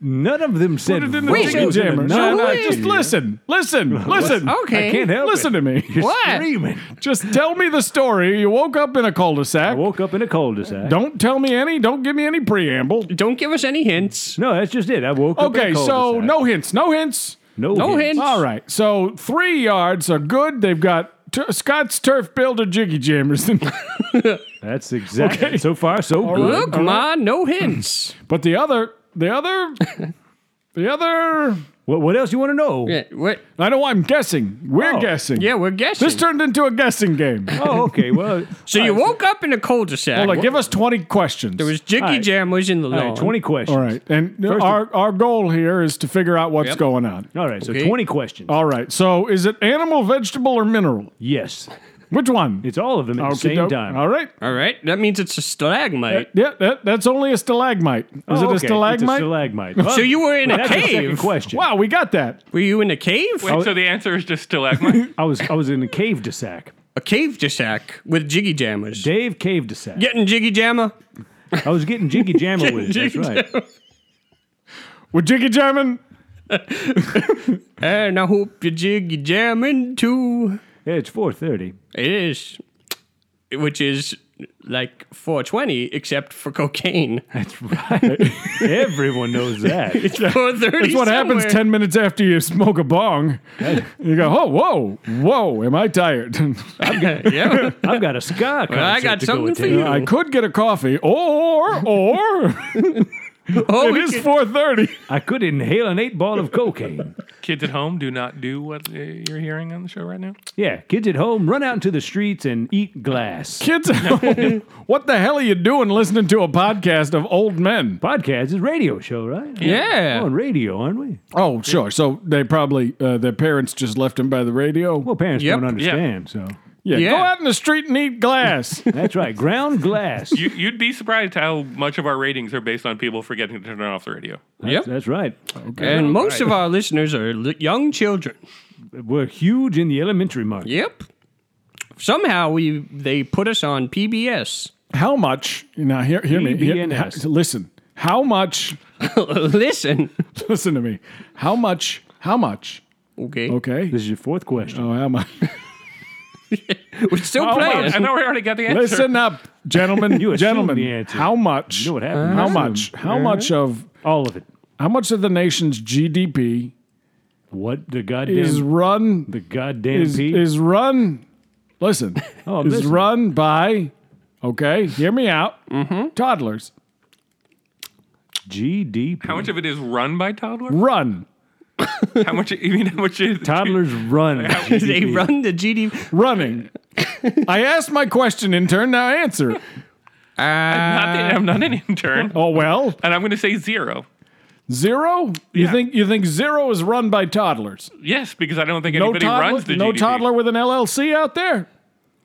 None of them said.
Put it in the
Wait,
jiggy
so-
jammer. No,
so
no,
wait.
just listen, listen, listen.
Okay.
I can't help
Listen
it.
to me.
What?
Screaming.
Just tell me the story. You woke up in a
I
cul-de-sac.
woke up in a cul-de-sac.
Don't tell me any. Don't give me any preamble.
Don't give us any hints.
No, that's just it. I woke up. in a
Okay, so
cul-de-sac.
no hints. No hints.
no,
No
hints.
hints.
All right. So three yards are good. They've got t- Scott's turf builder jiggy jammers,
That's exactly. So far, so good.
Look, ma, no hints.
but the other, the other, the other.
What, what else you want to know?
yeah, what?
I know I'm guessing. We're
Oh.
guessing.
Yeah, we're guessing.
This turned into a guessing game.
Oh, okay. Well,
so you woke up in a cul-de-sac.
Well, like, give us 20 questions.
there was jiggy
All right.
jammers in the
all
lawn.
right, twenty questions.
All right. And
First
our, our goal here is to figure out what's
Yep.
going on.
All right, so
Okay.
20 questions.
All right. So is it animal, vegetable, or mineral?
yes.
Which one?
It's all of them at the
Okey
same
doke.
time.
All right.
All right, that means it's a stalagmite.
Yeah, that, that's only a stalagmite. Is
Oh,
it
okay.
a stalagmite?
It's a stalagmite. Well,
So you were in a
that's the second
cave.
question.
wow, we got that.
Were you in a cave?
Oh.
Wait, so the answer is just stalagmite.
I was I was in a cave de sac.
A cave de sac with jiggy jammers.
Dave cave de sac.
Getting jiggy jammer?
I was getting jiggy jammer with it. That's
Jiggy
right.
We're jiggy jamming.
And I hope you jiggy jamming too.
Yeah, it's 4:30.
It is, which is like 420 except for cocaine.
That's right. Everyone knows that.
That's
That's what happens 10 minutes after you smoke a bong. You go, oh, whoa, whoa, am I tired?
yeah.
I've got a ska concert
I got
to go
something for
attend.
you.
I could get a coffee or, or,
Oh,
it
we
is
could-
4.30.
I could inhale an eight ball of cocaine.
Kids at home, do not do what uh, you're hearing on the show right now.
Yeah, kids at home, run out into the streets and eat glass.
Kids, at home, what the hell are you doing listening to a podcast of old men?
Podcast is radio show, right?
yeah.
We're on radio, aren't we?
Oh, sure. So they probably uh, their parents just left them by the radio.
Well, parents
Yep.
don't understand, so
yeah,
yeah.
go out in the street and eat glass.
that's right. Ground glass.
You, you'd be surprised how much of our ratings are based on people forgetting to turn off the radio.
Yep.
That's right.
And most of our listeners are li- young children.
We're huge in the elementary market.
Yep. Somehow we they put us on PBS.
how much? Now hear, hear me. Hear,
BBNS.
listen. How much?
Listen.
Listen to me. How much? How much?
Okay.
Okay.
This is your fourth question.
Oh, how much?
We're still
Oh, wow, I
playing.
thought we already got the answer.
Listen up, gentlemen.
You assumed
gentlemen,
the answer.
how much?
You know what happened? Uh-huh.
how
You
much?
assumed.
How much of?
All of it.
How much of the nation's GDP
What the goddamn
is run
the goddamn
is,
P?
is run. Listen,
Oh, I'm
is
listening.
run by. Okay, hear me out.
Mm-hmm.
Toddlers
GDP.
how much of it is run by toddlers?
run,
How much? You mean how much is
Toddlers run.
they
GDP.
run the GD.
running. I asked my question, intern. Now answer. it.
Not that I'm not an intern,
Oh well,
and I'm going to say zero.
zero. You think you think zero is run by toddlers?
Yes, because I don't think
No
anybody
toddler.
runs the
no
GDP.
toddler with an LLC out there.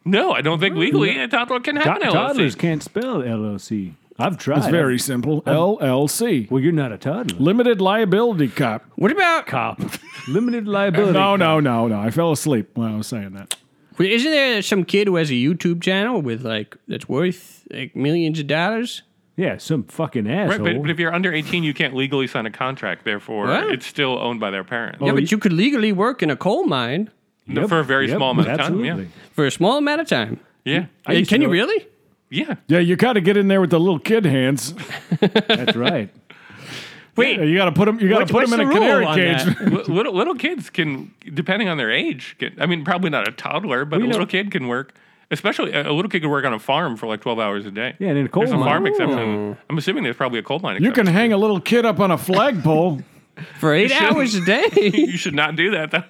No, I don't think legally a toddler can have
To-
an LLC.
toddlers can't spell LLC. I've tried.
It's very simple. LLC,
well. You're not a toddler.
limited liability cop.
What about?
Cop. Limited liability.
No, no, no, no. I fell asleep when I was saying that.
Wait, Isn't there some kid who has a YouTube channel with like that's worth like millions of dollars?
Yeah, some fucking
Right,
asshole.
but, but if you're under 18, you can't legally sign a contract. Therefore,
What?
it's still owned by their parents
yeah,
Oh,
but
y-
you could legally work in a coal mine
No, for a very small amount of time.
absolutely.
Yeah,
for a small amount of time.
yeah,
I used to
Can you
know-
really?
yeah.
Yeah, you got to get in there with the little kid hands.
That's right.
Wait,
You got to put them. You got
What's-
to put them
what's
in a
the rule
canary
on
cage.
that?
Li- little little kids can, depending on their age, get, I mean, probably not a toddler, but a
know-
little kid can work. Especially a a little kid can work on a farm for like twelve hours a day.
Yeah, and in a coal
there's a
mine.
farm exception. I'm assuming there's probably a coal mine.
You can
exception.
hang a little kid up on a flagpole.
for eight hours a day.
You should not do that though.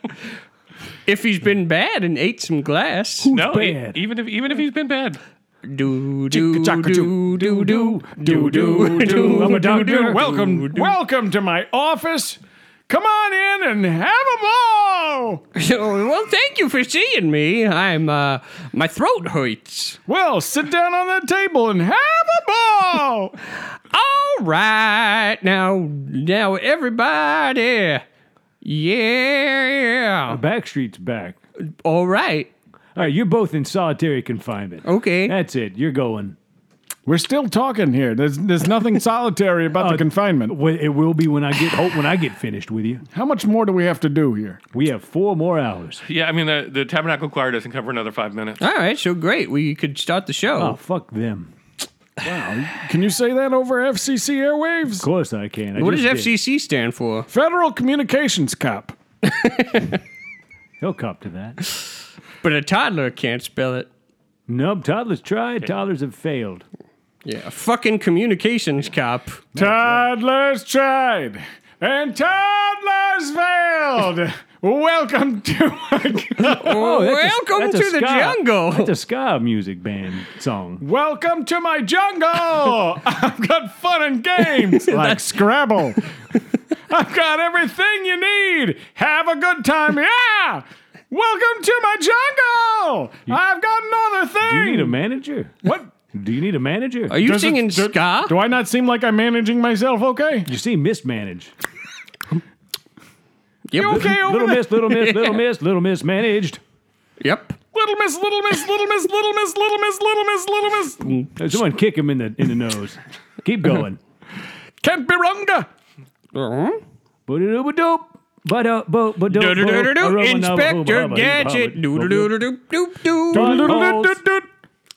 if he's been bad and ate some glass.
no, e-
bad?
even if even if he's been bad.
Do do
Chicka-chacka-choo.
do do do do do do do.
I'm a doctor.
welcome, welcome to my office. Come on in and have a ball.
So, Oh, well, thank you for seeing me. I'm uh, my throat hurts.
Well, sit down on that table and have a ball.
All right, now now everybody, yeah.
Backstreet's back.
All right,
All right, you're both in solitary confinement.
okay.
That's it. You're going.
We're still talking here. There's there's nothing solitary about the confinement.
Well, It will be when I get hope when I get finished with you.
How much more do we have to do here?
We have four more hours.
Oh.
Yeah, I mean the, the tabernacle choir doesn't cover another five minutes.
All right, so great. We could start the show.
Oh, fuck them.
Can you say that over FCC airwaves?
Of course I can. I
what does
just did.
FCC stand for?
Federal Communications Cop.
He'll cop to that.
But a toddler can't spell it.
Nope. Toddlers tried. Toddlers have failed.
Yeah, a fucking communications cop.
Toddlers tried and toddlers failed. Welcome to
Oh,
Welcome
that's
to the
ska-
jungle.
That's a ska music band song.
welcome to my jungle. I've got fun and games like Scrabble. I've got everything you need. Have a good time, yeah. Welcome to my jungle. I've got another thing.
Do you need a manager?
what?
Do you need a manager?
Are you
Does it-
singing
do-
ska?
Do I not seem like I'm managing myself? Okay.
You seem mismanaged.
yep.
Okay, over
Little
there.
miss, little miss, little miss, little miss managed.
Yep.
Little Miss, Little Miss, Little Miss, Little Miss, Little Miss, Little Miss, Little Miss.
Someone kick him in the in the nose. Keep going.
Can't be wronger.
Mhm.
Boop-a-doop-a-doop. Ba-da-bo- ba-doop-bo-
Do-do-do-do-do.
ba-rubba-nubba-
Inspector
hubba-hubba-
Gadget.
hubba-hubba-
Do-do-do-do-do. Do-do.
Todd Bowles.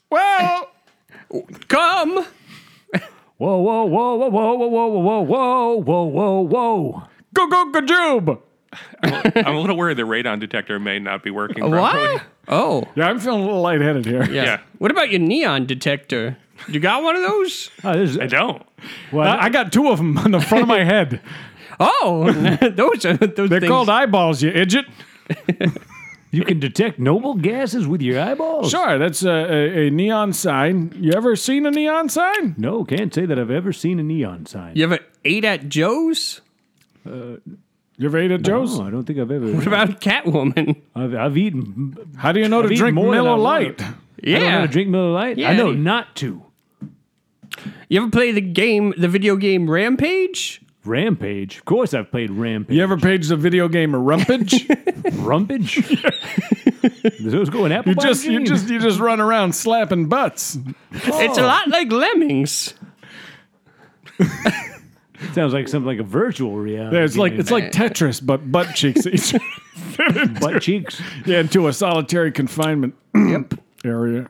Well,
Come.
Whoa, whoa, whoa, whoa, whoa, whoa, whoa, whoa, whoa, whoa, whoa, whoa.
go go gajoob.
I'm a little worried the radon detector may not be working properly.
What? Oh.
Yeah, I'm feeling a little lightheaded here.
Yeah.
Yeah.
What about your neon detector? You got one of those?
Oh, this is-
I don't.
well,
I I got two of them on the front of my head.
Oh, those are those
They're
things.
called eyeballs, you idiot.
you can detect noble gases with your eyeballs.
Sure, that's a, a, a neon sign. You ever seen a neon sign?
No, can't say that I've ever seen a neon sign.
you ever ate at Joe's?
You ever ate at Joe's?
No, I don't think I've ever.
About Catwoman?
I've, I've eaten.
How do you know to
eaten
drink
more than I
Miller
wanted.
Lite?
Yeah.
I don't know how to drink Miller Lite.
Yeah,
I know
you-
not to.
You ever play the game, the video game Rampage?
Rampage. Of course, I've played Rampage.
You ever paged the video game Rumpage?
Rumpage? Those go in apple
you just you
jeans.
just you just run around slapping butts.
It's a lot like Lemmings.
Sounds like something like a virtual reality.
Yeah, it's like
game.
it's like Tetris, but butt cheeks. each.
butt cheeks.
yeah, into a solitary confinement area.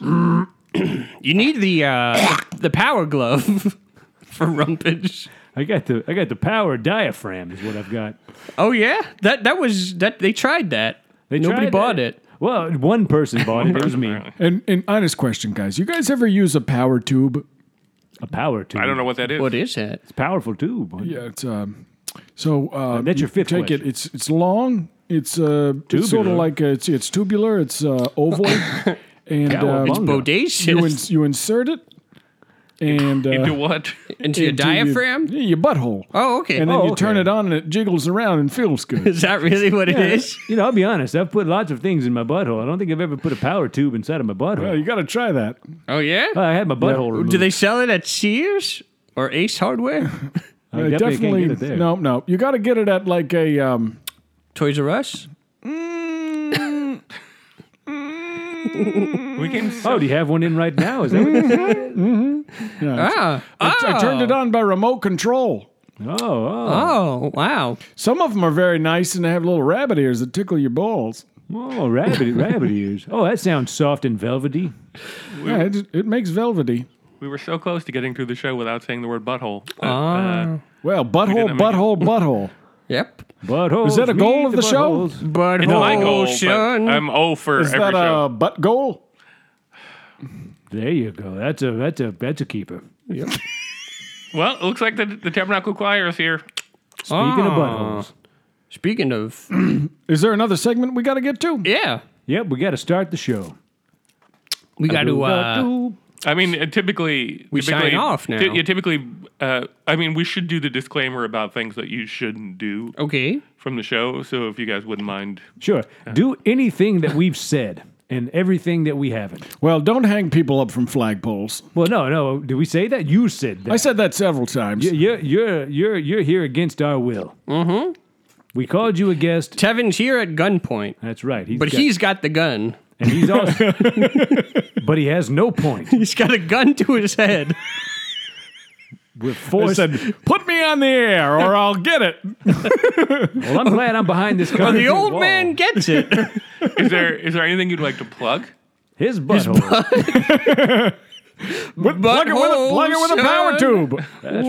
You need the uh, the power glove for Rumpage.
I got the I got the power diaphragm is what I've got.
Oh yeah, that that was that they tried that.
They
Nobody
tried
bought it.
Well, one person bought it. It was me.
And an honest question, guys. You guys ever use a power tube?
A power tube.
I don't know what that is.
What is that?
It's a powerful tube.
Yeah, it's um. So uh,
that's your
you
fifth
Take
question.
it. It's it's long. It's uh. It's sort of
Tubular.
like a, it's it's tubular. It's uh, ovoid, and
Cowabunga.
um,
Bodacious
you ins- you insert it, and uh,
Into what?
into your
into
diaphragm.
yeah, your butthole,
oh okay.
and then
Oh,
you turn
okay.
it on and it jiggles around and feels good.
is that really what it is?
You know, I'll be honest. I've put lots of things in my butthole. I don't think I've ever put a power tube inside of my
Yeah,
butthole.
you Uh, got to try that.
Oh yeah.
I had my butthole removed.
Do they sell it at Sears or Ace Hardware?
I
Uh,
definitely, can't get it there.
no, no. You got to get it at like a um.
Toys R Us.
We can s-
Oh, do you have one in right now? Is that what you said?
Ah.
I I turned it on by remote control.
Oh, oh,
Uh-huh.
Oh wow.
Some of them are very nice and they have little rabbit ears that tickle your balls.
oh, rabbit, rabbit ears. Oh, that sounds soft and velvety.
Yeah, it, it makes velvety.
Ah.
we were so close to getting through the show without saying the word butthole. but, uh,
Well, butthole,
didn't make it.
butthole, butthole.
Yep.
Buttholes.
Is that a goal
read
of the show?
buttholes.
But
It's my goal. but
Ocean.
I'm 0 for
Is
every
that
show.
a butt goal?
There you go. That's a that's a that's a keeper.
Well, it looks like the, the Tabernacle Choir is here.
Speaking of
Ah.
buttholes.
Speaking of,
Is there another segment we got to get to?
yeah,
Yep, we got to start the show.
we got to. Uh,
I mean, uh, typically
We
typically,
sign off now.
ty- yeah, typically. Uh, I mean, we should do the disclaimer about things that you shouldn't do
okay,
from the show. So if you guys wouldn't mind,
Sure. Do anything that we've said and everything that we haven't.
Well, don't hang people up from flagpoles.
Well, no, no. Did we say that? You said that.
I said that several times.
You're you're you're you're here against our will. Mm-hmm. We called you a guest.
Tevin's here at gunpoint,
That's right. He's
but
got-
he's got the gun.
and he's also, but he has no point.
He's got a gun to his head.
We're
I
forced.
said, put me on the air or I'll get it.
well, I'm glad I'm behind this.
Well, the
concrete
old
wall.
man gets it.
is there is there anything you'd like to plug?
his butthole.
Plug it with a, plug it with a power
Butthole,
tube.
That's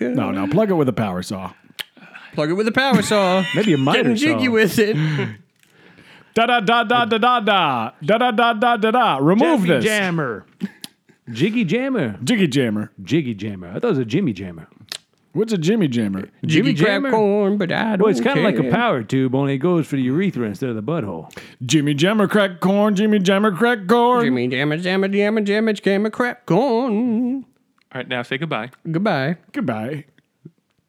right.
No, no, plug it with a power saw.
Plug it with a power saw.
Maybe a miter
Getting
saw.
jiggy with it.
Da da da da da da da da da da da da da. Remove
Jimmy
this.
Jammer. Jiggy Jammer.
Jiggy jammer.
Jiggy Jammer. I thought it was a Jimmy Jammer.
What's a jimmy jammer?
Jimmy
Jiggy crap
Jammer?
corn, but I don't
Well, it's kind of like a
care.
power tube, only it goes for the urethra instead of the butthole.
Jimmy jammer crack corn. Jimmy jammer crack corn.
Jimmy damage, damage, damage, damage, came a crap corn.
All right, now say goodbye.
Goodbye.
Goodbye.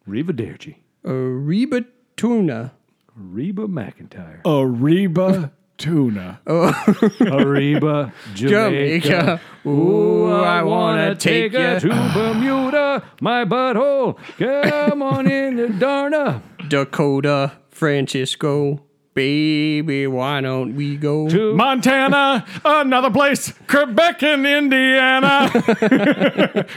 Rivaderci.
Reba tuna.
Reba McIntyre.
Ariba tuna.
Ariba, Jamaica.
Jamaica. Ooh, I wanna take
ya
you
to Bermuda, my butthole. Come on in, the Darna,
Dakota, Francisco. Baby, why don't we go?
to
Montana, another place, Quebec and Indiana.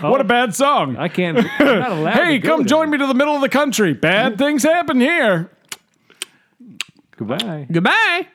what a bad song.
I can't. I'm not allowed.
hey, come join me to the middle of the country. Bad things happen here.
Goodbye.
Goodbye.